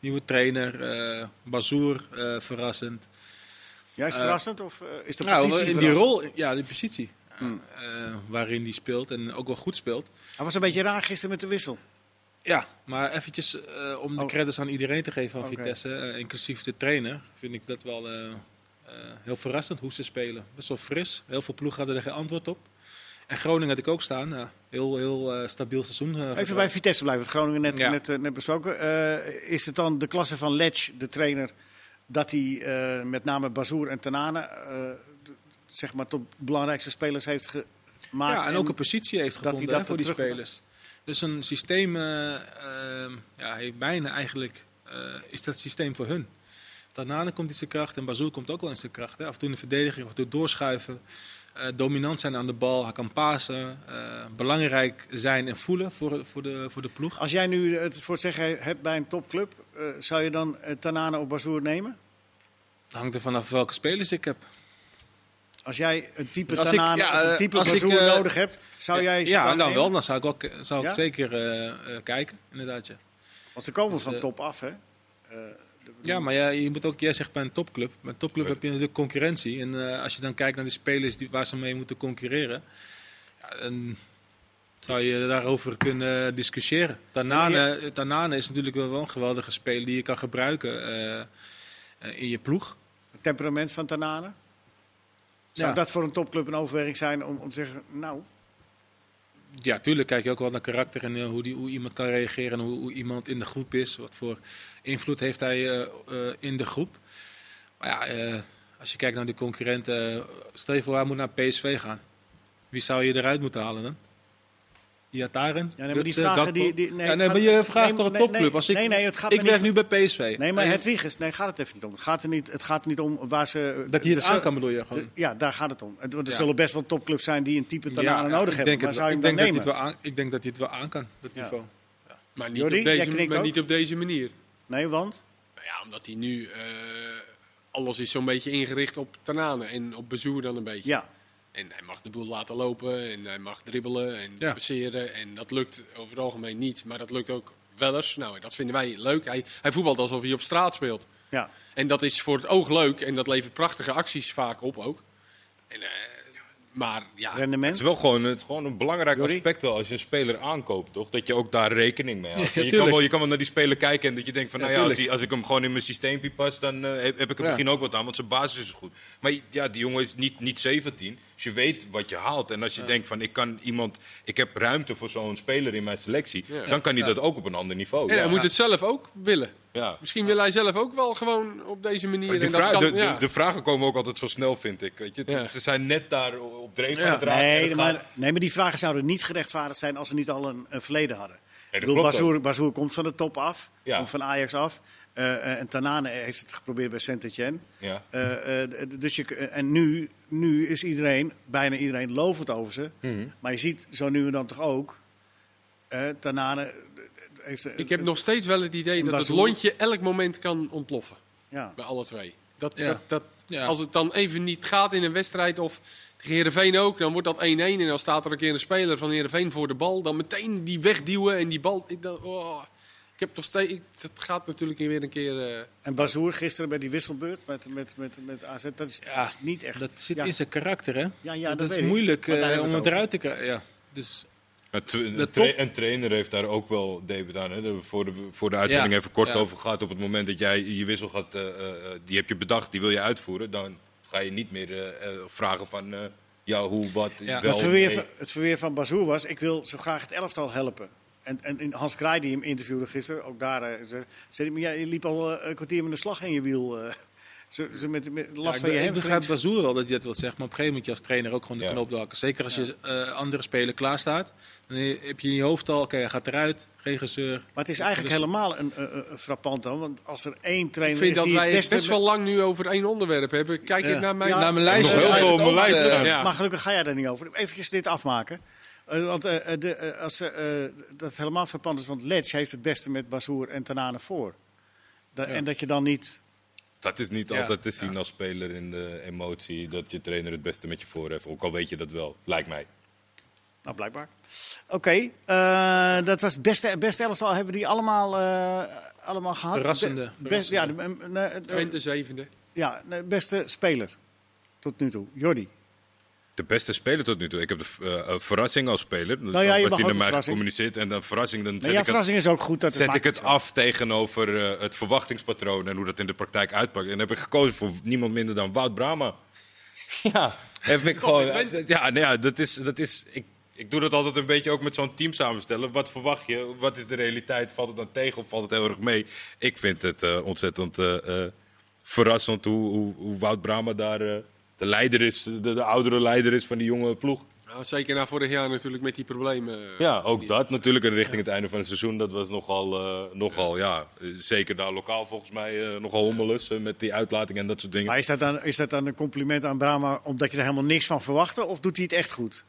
[SPEAKER 4] Nieuwe trainer, eh Bazoer eh, verrassend.
[SPEAKER 1] Ja, is het
[SPEAKER 4] eh,
[SPEAKER 1] verrassend? Of eh, is de
[SPEAKER 4] Nou,
[SPEAKER 1] positie
[SPEAKER 4] in die
[SPEAKER 1] verrassend?
[SPEAKER 4] rol, ja, die positie. eh, waarin die speelt en ook wel goed speelt.
[SPEAKER 1] Hij was een beetje raar gisteren met de wissel.
[SPEAKER 4] Ja, maar eventjes eh, om de
[SPEAKER 1] Oh.
[SPEAKER 4] credits aan iedereen te geven van
[SPEAKER 1] Oké.
[SPEAKER 4] Vitesse, eh, inclusief de trainer, vind ik dat wel eh, eh, heel verrassend hoe ze spelen. Best wel fris. Heel veel ploegen hadden er geen antwoord op. En Groningen had ik ook staan. Ja, heel heel eh, stabiel seizoen. eh,
[SPEAKER 1] Even
[SPEAKER 4] gedraaid.
[SPEAKER 1] bij Vitesse blijven, wat Groningen net,
[SPEAKER 4] Ja.
[SPEAKER 1] net, eh, net besproken. Eh, is het dan de klasse van Ledge, de trainer, dat hij eh, met name Bazoer en Tanane eh, d- zeg maar tot belangrijkste spelers heeft gemaakt?
[SPEAKER 4] ja, en, ook een positie heeft
[SPEAKER 1] dat hij
[SPEAKER 4] gevonden
[SPEAKER 1] dat
[SPEAKER 4] hè, voor
[SPEAKER 1] er
[SPEAKER 4] die
[SPEAKER 1] terug-
[SPEAKER 4] spelers. Dus een systeem eh, ehm, ja, heeft bijna eigenlijk, eh, is dat systeem voor hun. Tanane komt in zijn kracht en Bazoer komt ook wel in zijn kracht. Hè. Af en toe in de verdediging, af en toe doorschuiven. eh, dominant zijn aan de bal, hij kan pasen. eh, belangrijk zijn en voelen voor, voor, de, voor de ploeg.
[SPEAKER 1] Als jij nu het voor het zeggen hebt bij een topclub, eh, zou je dan eh, Tanane of Bazoer nemen?
[SPEAKER 4] hangt er vanaf welke spelers ik heb.
[SPEAKER 1] Als jij een type
[SPEAKER 4] Als ik-
[SPEAKER 1] Tanane
[SPEAKER 4] ja,
[SPEAKER 1] of een
[SPEAKER 4] eh,
[SPEAKER 1] type
[SPEAKER 4] als ik,
[SPEAKER 1] Bazoer
[SPEAKER 4] eh,
[SPEAKER 1] nodig hebt, zou jij ze
[SPEAKER 4] ja,
[SPEAKER 1] dan
[SPEAKER 4] nou
[SPEAKER 1] nemen?
[SPEAKER 4] wel, dan zou ik, wel, k- zou ik
[SPEAKER 1] Ja?
[SPEAKER 4] zeker eh, eh, kijken, inderdaad. Ja.
[SPEAKER 1] Want ze komen
[SPEAKER 4] Dus,
[SPEAKER 1] van
[SPEAKER 4] eh,
[SPEAKER 1] top af, hè? Eh, de-
[SPEAKER 4] Ja, maar ja, je moet ook, jij zegt bij een topclub. Bij een topclub
[SPEAKER 3] Ja.
[SPEAKER 4] heb je natuurlijk concurrentie. En eh, als je dan kijkt naar de spelers die, waar ze mee moeten concurreren, ja, dan zou je daarover kunnen discussiëren. Tanane, Tanane is natuurlijk wel een geweldige speler die je kan gebruiken eh, eh, in je ploeg.
[SPEAKER 1] Het temperament van Tanane? Zou
[SPEAKER 4] Ja.
[SPEAKER 1] dat voor een topclub een overweging zijn om, om te zeggen, nou...
[SPEAKER 4] Ja, tuurlijk kijk je ook wel naar karakter en eh, hoe, die, hoe iemand kan reageren en hoe, hoe iemand in de groep is. Wat voor invloed heeft hij eh, eh, in de groep. Maar ja, eh, als je kijkt naar de concurrenten, eh, stel je voor hij moet naar PSV gaan. Wie zou je eruit moeten halen dan? Iataren.
[SPEAKER 1] Ja, nee, maar die vragen die, die,
[SPEAKER 4] nee,
[SPEAKER 1] nee,
[SPEAKER 4] ja,
[SPEAKER 1] het
[SPEAKER 4] nee,
[SPEAKER 1] gaat-
[SPEAKER 4] maar je vraagt
[SPEAKER 1] nee,
[SPEAKER 4] toch een
[SPEAKER 1] nee, nee,
[SPEAKER 4] topclub? Als ik,
[SPEAKER 1] nee, nee, het gaat
[SPEAKER 4] ik
[SPEAKER 1] me
[SPEAKER 4] werk
[SPEAKER 1] niet-
[SPEAKER 4] nu bij PSV.
[SPEAKER 1] Nee, maar
[SPEAKER 4] En
[SPEAKER 1] Hedwiges, nee, gaat het even niet om. Het gaat er niet, het gaat er niet om waar ze...
[SPEAKER 4] Dat hij het
[SPEAKER 1] de-
[SPEAKER 4] aan kan bedoel je gewoon.
[SPEAKER 1] de- ja, daar gaat het om. Het, want er
[SPEAKER 4] Ja.
[SPEAKER 1] zullen best wel topclubs zijn die een type Tanane
[SPEAKER 4] Ja,
[SPEAKER 1] nodig
[SPEAKER 4] ik
[SPEAKER 1] hebben.
[SPEAKER 4] denk
[SPEAKER 1] Maar
[SPEAKER 4] het
[SPEAKER 1] zou je
[SPEAKER 4] wel- ik
[SPEAKER 1] hem
[SPEAKER 4] denk
[SPEAKER 1] dan
[SPEAKER 4] dat hij het wel
[SPEAKER 1] nemen?
[SPEAKER 4] aan- Ik denk dat hij het wel aan kan, dat
[SPEAKER 1] Ja.
[SPEAKER 4] niveau.
[SPEAKER 2] Maar niet,
[SPEAKER 1] Jordi,
[SPEAKER 2] op
[SPEAKER 1] jij
[SPEAKER 2] deze,
[SPEAKER 1] knikt
[SPEAKER 2] maar
[SPEAKER 1] ook.
[SPEAKER 2] niet op deze manier.
[SPEAKER 1] Nee, want?
[SPEAKER 2] Nou ja, omdat hij nu... eh, alles is zo'n beetje ingericht op Tanane en op Bezoer dan een beetje.
[SPEAKER 1] Ja.
[SPEAKER 2] En hij mag de boel laten lopen en hij mag dribbelen en
[SPEAKER 4] Ja.
[SPEAKER 2] passeren. En dat lukt over het algemeen niet, maar dat lukt ook wel eens. Nou, en dat vinden wij leuk. Hij, hij voetbalt alsof hij op straat speelt.
[SPEAKER 1] Ja.
[SPEAKER 2] En dat is voor het oog leuk en dat levert prachtige acties vaak op ook. En, eh, maar ja,
[SPEAKER 4] Ah,
[SPEAKER 3] Het
[SPEAKER 1] Rendement?
[SPEAKER 3] is wel gewoon, het is gewoon een belangrijk
[SPEAKER 1] Jordi?
[SPEAKER 3] aspect wel als je een speler aankoopt, toch? Dat je ook daar rekening mee houdt.
[SPEAKER 4] Ja,
[SPEAKER 3] je, kan
[SPEAKER 4] tuurlijk.
[SPEAKER 3] wel, je kan wel naar die speler kijken en dat je denkt van,
[SPEAKER 4] Ja,
[SPEAKER 3] nou ja, als,
[SPEAKER 4] tuurlijk.
[SPEAKER 3] hij- als ik hem gewoon in mijn systeempje pas, dan eh, heb, heb ik er
[SPEAKER 4] Ja.
[SPEAKER 3] misschien ook wat aan, want zijn basis is goed. Maar ja, die jongen is niet, niet 17, dus je weet wat je haalt. En als je denkt van, ik kan iemand, ik heb ruimte voor zo'n speler in mijn selectie,
[SPEAKER 2] Ja.
[SPEAKER 3] dan kan hij dat ook op een ander niveau.
[SPEAKER 2] en
[SPEAKER 3] Ja,
[SPEAKER 2] hij moet dus- het zelf ook willen.
[SPEAKER 3] ja.
[SPEAKER 2] Misschien wil hij zelf ook wel gewoon op deze manier.
[SPEAKER 3] Maar
[SPEAKER 2] en
[SPEAKER 3] Die
[SPEAKER 2] dat
[SPEAKER 3] vra-
[SPEAKER 2] kan-
[SPEAKER 3] de, de-
[SPEAKER 2] ja.
[SPEAKER 3] de vragen komen ook altijd zo snel, vind ik. Weet je?
[SPEAKER 2] Ja.
[SPEAKER 3] Ze zijn net daar op dreef aan
[SPEAKER 4] Ja.
[SPEAKER 3] het raken. en
[SPEAKER 1] Nee,
[SPEAKER 3] het
[SPEAKER 1] maar,
[SPEAKER 3] gaat-
[SPEAKER 1] nee, maar die vragen zouden niet gerechtvaardigd zijn als ze niet al een, een verleden hadden. Ik bedoel,
[SPEAKER 3] klopt ook.
[SPEAKER 1] Bazoer, Bazoer komt van de top af,
[SPEAKER 3] Ja.
[SPEAKER 1] komt van Ajax af. Eh, eh, en Tanane heeft het geprobeerd bij Saint-Etienne.
[SPEAKER 3] Ja.
[SPEAKER 1] Eh, eh, d- dus je, k- eh, en nu, nu is iedereen, bijna iedereen, lovend over ze.
[SPEAKER 3] Mhm.
[SPEAKER 1] Maar je ziet zo nu en dan toch ook. eh Tanane eh, eh, heeft. een-
[SPEAKER 2] Ik heb nog steeds wel het idee dat het
[SPEAKER 1] Bazoer.
[SPEAKER 2] lontje elk moment kan ontploffen.
[SPEAKER 1] Ja.
[SPEAKER 2] Bij alle twee. Dat,
[SPEAKER 4] Ja.
[SPEAKER 2] dat, dat,
[SPEAKER 4] Ja.
[SPEAKER 2] Als het dan even niet gaat in een wedstrijd of tegen Heerenveen ook, dan wordt dat 1-1. En dan staat er een keer een speler van Heerenveen voor de bal. Dan meteen die wegduwen en die bal... Ik, dan- oh, ik heb toch steeds... ik- dat gaat natuurlijk weer een keer... eh,
[SPEAKER 1] En Bazoer gisteren bij die wisselbeurt met, met, met, met AZ, dat is, dat is niet echt.
[SPEAKER 4] Dat zit
[SPEAKER 1] ja.
[SPEAKER 4] in zijn karakter, hè?
[SPEAKER 1] Ja, ja, dat
[SPEAKER 4] dat
[SPEAKER 1] weet
[SPEAKER 4] is
[SPEAKER 1] ik.
[SPEAKER 4] moeilijk
[SPEAKER 1] Maar daar
[SPEAKER 4] eh,
[SPEAKER 1] hebben
[SPEAKER 4] om
[SPEAKER 1] we
[SPEAKER 4] het
[SPEAKER 1] het
[SPEAKER 4] eruit te krijgen. Ja, dus
[SPEAKER 3] Maar tw- een,
[SPEAKER 4] top-
[SPEAKER 3] tra- een trainer heeft daar ook wel debet aan. Hè? Daar hebben we voor, de, voor de uitzending
[SPEAKER 4] Ja,
[SPEAKER 3] even kort
[SPEAKER 4] ja.
[SPEAKER 3] over gehad. Op het moment dat jij je wissel gaat, eh, eh, eh, die heb je bedacht, die wil je uitvoeren. Dan ga je niet meer eh, eh, vragen van eh, ja, hoe, wat,
[SPEAKER 4] Ja.
[SPEAKER 3] wel.
[SPEAKER 1] het, verweer
[SPEAKER 3] nee.
[SPEAKER 1] van, het verweer van Bazoer was: ik wil zo graag het elftal helpen. En, en, en Hans Kraai, die hem interviewde gisteren, ook daar, eh, ze- zei: hij, "Maar ja, je liep al eh, een kwartier met een slag in je wiel. eh." ze, ze met, met last
[SPEAKER 4] Ja,
[SPEAKER 1] van
[SPEAKER 4] ik,
[SPEAKER 1] je
[SPEAKER 4] be- ik begrijp
[SPEAKER 1] hamstrings.
[SPEAKER 4] Bazoer wel dat hij dat wil zeggen, maar op een gegeven moment moet je als trainer ook gewoon de
[SPEAKER 3] Ja.
[SPEAKER 4] knoop doorhakken. Zeker als je eh, andere speler klaarstaat, dan heb je in je hoofd al, oké, hij gaat eruit, regisseur.
[SPEAKER 1] Maar het is eigenlijk helemaal een, eh, eh, een frappant dan, want als er één
[SPEAKER 2] ik
[SPEAKER 1] trainer
[SPEAKER 2] vind
[SPEAKER 1] is
[SPEAKER 2] dat
[SPEAKER 1] die
[SPEAKER 2] wij
[SPEAKER 1] het
[SPEAKER 2] het
[SPEAKER 1] beste
[SPEAKER 2] best wel lang nu over één onderwerp hebben. Kijk ik
[SPEAKER 4] Ja.
[SPEAKER 2] naar mijn...
[SPEAKER 1] Ja.
[SPEAKER 4] Naar mijn
[SPEAKER 3] Nog
[SPEAKER 4] lijst.
[SPEAKER 3] heel
[SPEAKER 4] eh,
[SPEAKER 3] veel op mijn lijst
[SPEAKER 4] eh,
[SPEAKER 3] staan.
[SPEAKER 2] Ja.
[SPEAKER 1] Maar gelukkig ga jij daar niet over. Even dit afmaken. Eh, want eh, eh, de, eh, als ze, eh, dat helemaal verpand is, want Letch heeft het beste met Bazoer en Tanane voor. Da- En dat je dan niet.
[SPEAKER 3] Dat is niet
[SPEAKER 4] Ja.
[SPEAKER 3] altijd te zien als speler in de emotie. Dat je trainer het beste met je voor heeft. Ook al weet je dat wel, lijkt mij.
[SPEAKER 1] Nou, blijkbaar. Oké, eh, dat was het beste, beste elftal. Hebben die allemaal, eh, allemaal gehad?
[SPEAKER 4] Verrassende,
[SPEAKER 1] Be- best- ja, de, eh, eh,
[SPEAKER 2] Twente zevende.
[SPEAKER 1] ja, de beste speler tot nu toe. Jordi.
[SPEAKER 3] De beste speler tot nu toe. Ik heb de v- eh, eh, verrassing als speler. Dus
[SPEAKER 1] Nou ja, je
[SPEAKER 3] als
[SPEAKER 1] mag ook
[SPEAKER 3] hij naar
[SPEAKER 1] een
[SPEAKER 3] mij
[SPEAKER 1] verrassing.
[SPEAKER 3] gecommuniceerd en dan verrassing, dan
[SPEAKER 1] Maar
[SPEAKER 3] zet
[SPEAKER 1] ja,
[SPEAKER 3] ik het
[SPEAKER 1] verrassing is ook goed. Dat
[SPEAKER 3] zet
[SPEAKER 1] maakt
[SPEAKER 3] ik het
[SPEAKER 1] zo.
[SPEAKER 3] af tegenover eh, het verwachtingspatroon en hoe dat in de praktijk uitpakt. En dan heb ik gekozen voor niemand minder dan Wout Brama. (laughs) ja, heb (laughs) ik gewoon. Ja, nou ja, dat is. Dat is ik, ik doe dat altijd een beetje ook met zo'n team samenstellen. Wat verwacht je? Wat is de realiteit? Valt het dan tegen of valt het heel erg mee? Ik vind het eh, ontzettend eh, eh, verrassend hoe, hoe, hoe Wout Brama daar eh, de leider is, de, de oudere leider is van die jonge ploeg.
[SPEAKER 2] Nou, zeker na vorig jaar natuurlijk met die problemen.
[SPEAKER 3] Ja, ook dat natuurlijk. En richting het einde van het seizoen, dat was nogal, eh, nogal ja, eh, zeker daar lokaal volgens mij eh, nogal hommelus eh, met die uitlating en dat soort dingen.
[SPEAKER 1] Maar is dat, dan, is dat dan een compliment aan Brahma omdat je er helemaal niks van verwachtte? Of doet hij het echt goed?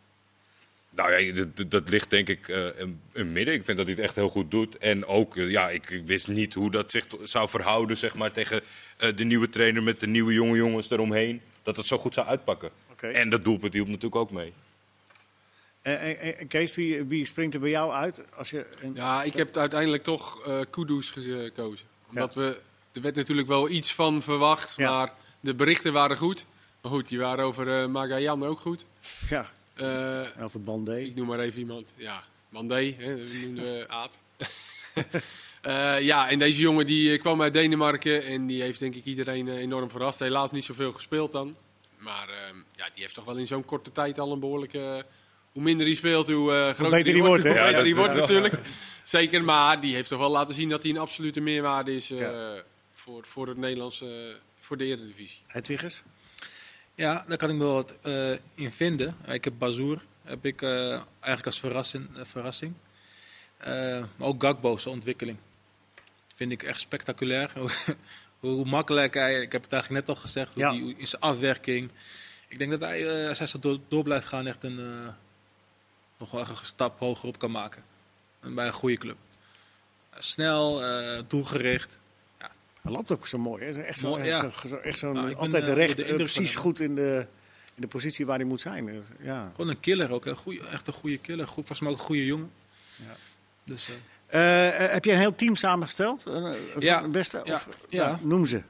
[SPEAKER 3] Nou ja, dat- dat, dat ligt denk ik eh, een, een midden. Ik vind dat hij het echt heel goed doet. En ook, eh, ja, ik wist niet hoe dat zich to- zou verhouden zeg maar, tegen eh, de nieuwe trainer met de nieuwe jonge jongens eromheen. Dat het zo goed zou uitpakken.
[SPEAKER 1] Oké.
[SPEAKER 3] En dat doelpunt hielp natuurlijk ook mee.
[SPEAKER 1] Eh, eh, eh, Kees, wie, wie springt er bij jou uit? Als je een-
[SPEAKER 2] Ja, ik heb uiteindelijk toch eh Kudus gekozen. Omdat we, er werd natuurlijk wel iets van verwacht,
[SPEAKER 1] Ja.
[SPEAKER 2] maar de berichten waren goed. Maar goed, die waren over eh Magajan ook goed.
[SPEAKER 1] ja,
[SPEAKER 2] Eh,
[SPEAKER 1] en over Bandé.
[SPEAKER 2] ik noem maar even iemand. Ja, Mandé, hè, we noemen eh, Aad. (laughs) Eh, ja, en deze jongen die eh, kwam uit Denemarken en die heeft denk ik iedereen eh, enorm verrast. Helaas niet zoveel gespeeld dan. Maar eh, ja, die heeft toch wel in zo'n korte tijd al een behoorlijke... eh, hoe minder hij speelt, hoe eh groter
[SPEAKER 1] beter die wordt, hè?
[SPEAKER 2] Hoe
[SPEAKER 1] Ja,
[SPEAKER 2] beter
[SPEAKER 3] dat-
[SPEAKER 2] die wordt
[SPEAKER 3] ja.
[SPEAKER 2] natuurlijk. Zeker, maar die heeft toch wel laten zien dat hij een absolute meerwaarde is eh, voor, voor het Nederlandse... voor de Eredivisie.
[SPEAKER 1] Hedwiggers?
[SPEAKER 4] Ja, daar kan ik me wel wat eh, in vinden. Ik heb Bazoer heb ik eh, eigenlijk als verrassing. eh, verrassing. Eh, maar ook Gakbo's ontwikkeling. Vind ik echt spectaculair. (laughs) Hoe- hoe makkelijk hij, ik heb het eigenlijk net al gezegd, hoe
[SPEAKER 1] Ja.
[SPEAKER 4] die, in zijn afwerking. Ik denk dat hij, eh, als hij zo door, door blijft gaan, echt een, eh, nog wel echt een stap hoger op kan maken. En bij een goede club. Snel, eh, doelgericht.
[SPEAKER 1] Hij loopt ook zo mooi. Hè? Echt zo'n
[SPEAKER 4] Mooi, ja.
[SPEAKER 1] echt zo, echt zo'n-
[SPEAKER 4] Nou, ik ben,
[SPEAKER 1] altijd
[SPEAKER 4] eh,
[SPEAKER 1] recht,
[SPEAKER 4] onder de
[SPEAKER 1] eh,
[SPEAKER 4] indruk van
[SPEAKER 1] precies
[SPEAKER 4] hem.
[SPEAKER 1] goed in de, in de positie waar hij moet zijn. Eh, Ja.
[SPEAKER 4] Gewoon een killer ook. Hè. Goeie, echt een goede killer. Goed, volgens mij ook een goede jongen.
[SPEAKER 1] Ja.
[SPEAKER 4] Dus, eh,
[SPEAKER 1] Eh, eh, heb je een heel team samengesteld? Een, eh, van
[SPEAKER 4] Ja.
[SPEAKER 1] de beste?
[SPEAKER 4] Ja.
[SPEAKER 1] Of,
[SPEAKER 4] Ja.
[SPEAKER 1] nou, noem ze.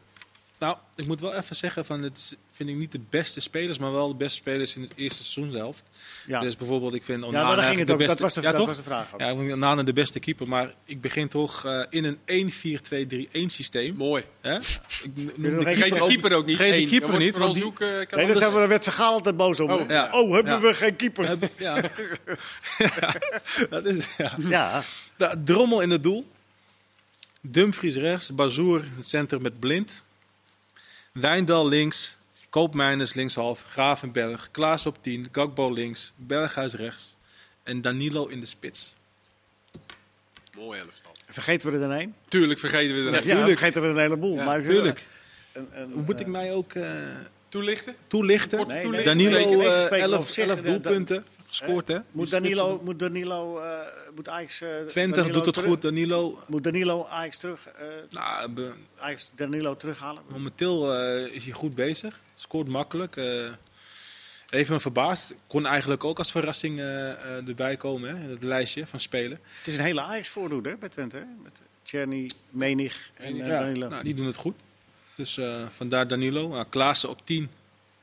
[SPEAKER 4] nou, ik moet wel even zeggen, van, het is- vind ik niet de beste spelers, maar wel de beste spelers in het eerste seizoenshelft.
[SPEAKER 1] Ja,
[SPEAKER 4] Dus bijvoorbeeld, ik vind
[SPEAKER 1] ja
[SPEAKER 4] Onana
[SPEAKER 1] maar daar ging
[SPEAKER 4] eigenlijk
[SPEAKER 1] het
[SPEAKER 4] de
[SPEAKER 1] ook.
[SPEAKER 4] beste...
[SPEAKER 1] Dat was de,
[SPEAKER 4] ja,
[SPEAKER 1] dat
[SPEAKER 4] toch?
[SPEAKER 1] was de vraag. ook.
[SPEAKER 4] Ja, ik vind Onana de beste keeper, maar ik begin toch eh, in een 1-4-2-3-1 systeem.
[SPEAKER 2] Mooi.
[SPEAKER 4] Hè?
[SPEAKER 1] (laughs)
[SPEAKER 4] Ik noem
[SPEAKER 1] nog
[SPEAKER 4] die
[SPEAKER 1] één
[SPEAKER 2] Vergeet de
[SPEAKER 1] ook-
[SPEAKER 2] keeper ook niet.
[SPEAKER 4] vergeet de
[SPEAKER 2] Eén.
[SPEAKER 4] keeper
[SPEAKER 2] Dan wordt
[SPEAKER 4] niet,
[SPEAKER 2] Vooral
[SPEAKER 4] want die-
[SPEAKER 2] zoek, eh, kan
[SPEAKER 1] Nee,
[SPEAKER 2] anders.
[SPEAKER 1] daar zijn we, daar werd Vergaal altijd boos om.
[SPEAKER 2] Oh,
[SPEAKER 1] Oh,
[SPEAKER 4] ja.
[SPEAKER 1] hebben
[SPEAKER 4] Ja.
[SPEAKER 1] we geen keeper?
[SPEAKER 4] Heb- Ja.
[SPEAKER 1] (laughs)
[SPEAKER 4] dat is, (laughs) ja.
[SPEAKER 1] Ja,
[SPEAKER 4] Da- Drommel in het doel. Dumfries rechts. Bazoer in het centrum met Blind. Wijndal links. Koopmeiners linkshalf. Gravenberg. Klaas op 10. Gakbo links. Berghuis rechts. En Danilo in de spits.
[SPEAKER 2] Mooi elftal.
[SPEAKER 1] vergeten we er dan een?
[SPEAKER 2] Tuurlijk vergeten we er
[SPEAKER 1] Ja,
[SPEAKER 2] echt
[SPEAKER 1] we vergeten er een heleboel.
[SPEAKER 2] Ja,
[SPEAKER 1] maar,
[SPEAKER 4] Tuurlijk.
[SPEAKER 1] Een, een,
[SPEAKER 4] Moet ik mij ook eh,
[SPEAKER 2] toelichten.
[SPEAKER 4] toelichten?
[SPEAKER 2] Kort
[SPEAKER 1] Nee,
[SPEAKER 2] toelichten.
[SPEAKER 4] Danilo,
[SPEAKER 1] Zeker. Deze
[SPEAKER 4] eh
[SPEAKER 1] speler
[SPEAKER 4] 11
[SPEAKER 1] op zich, eh,
[SPEAKER 4] doelpunten gescoord, hè?
[SPEAKER 1] moet
[SPEAKER 4] Die
[SPEAKER 1] Danilo,
[SPEAKER 4] spitsen.
[SPEAKER 1] moet Danilo, eh, moet Ajax... eh,
[SPEAKER 4] 20
[SPEAKER 1] Danilo
[SPEAKER 4] doet het
[SPEAKER 1] terug-
[SPEAKER 4] goed. Danilo,
[SPEAKER 1] Moet Danilo Ajax terug... eh,
[SPEAKER 4] nou, be-
[SPEAKER 1] Ajax Danilo terughalen?
[SPEAKER 4] momenteel eh, is hij goed bezig. Scoort makkelijk. eh heeft me verbaasd. Kon eigenlijk ook als verrassing eh, eh, erbij komen, hè? in het lijstje van spelen.
[SPEAKER 1] Het is een hele Ajax voordoede hè, bij Twente. Hè? Met Tjerny, Menig en eh,
[SPEAKER 4] ja,
[SPEAKER 1] Danilo.
[SPEAKER 4] nou, die doen het goed. Dus eh, vandaar Danilo. Nou, Klaassen op 10. Ik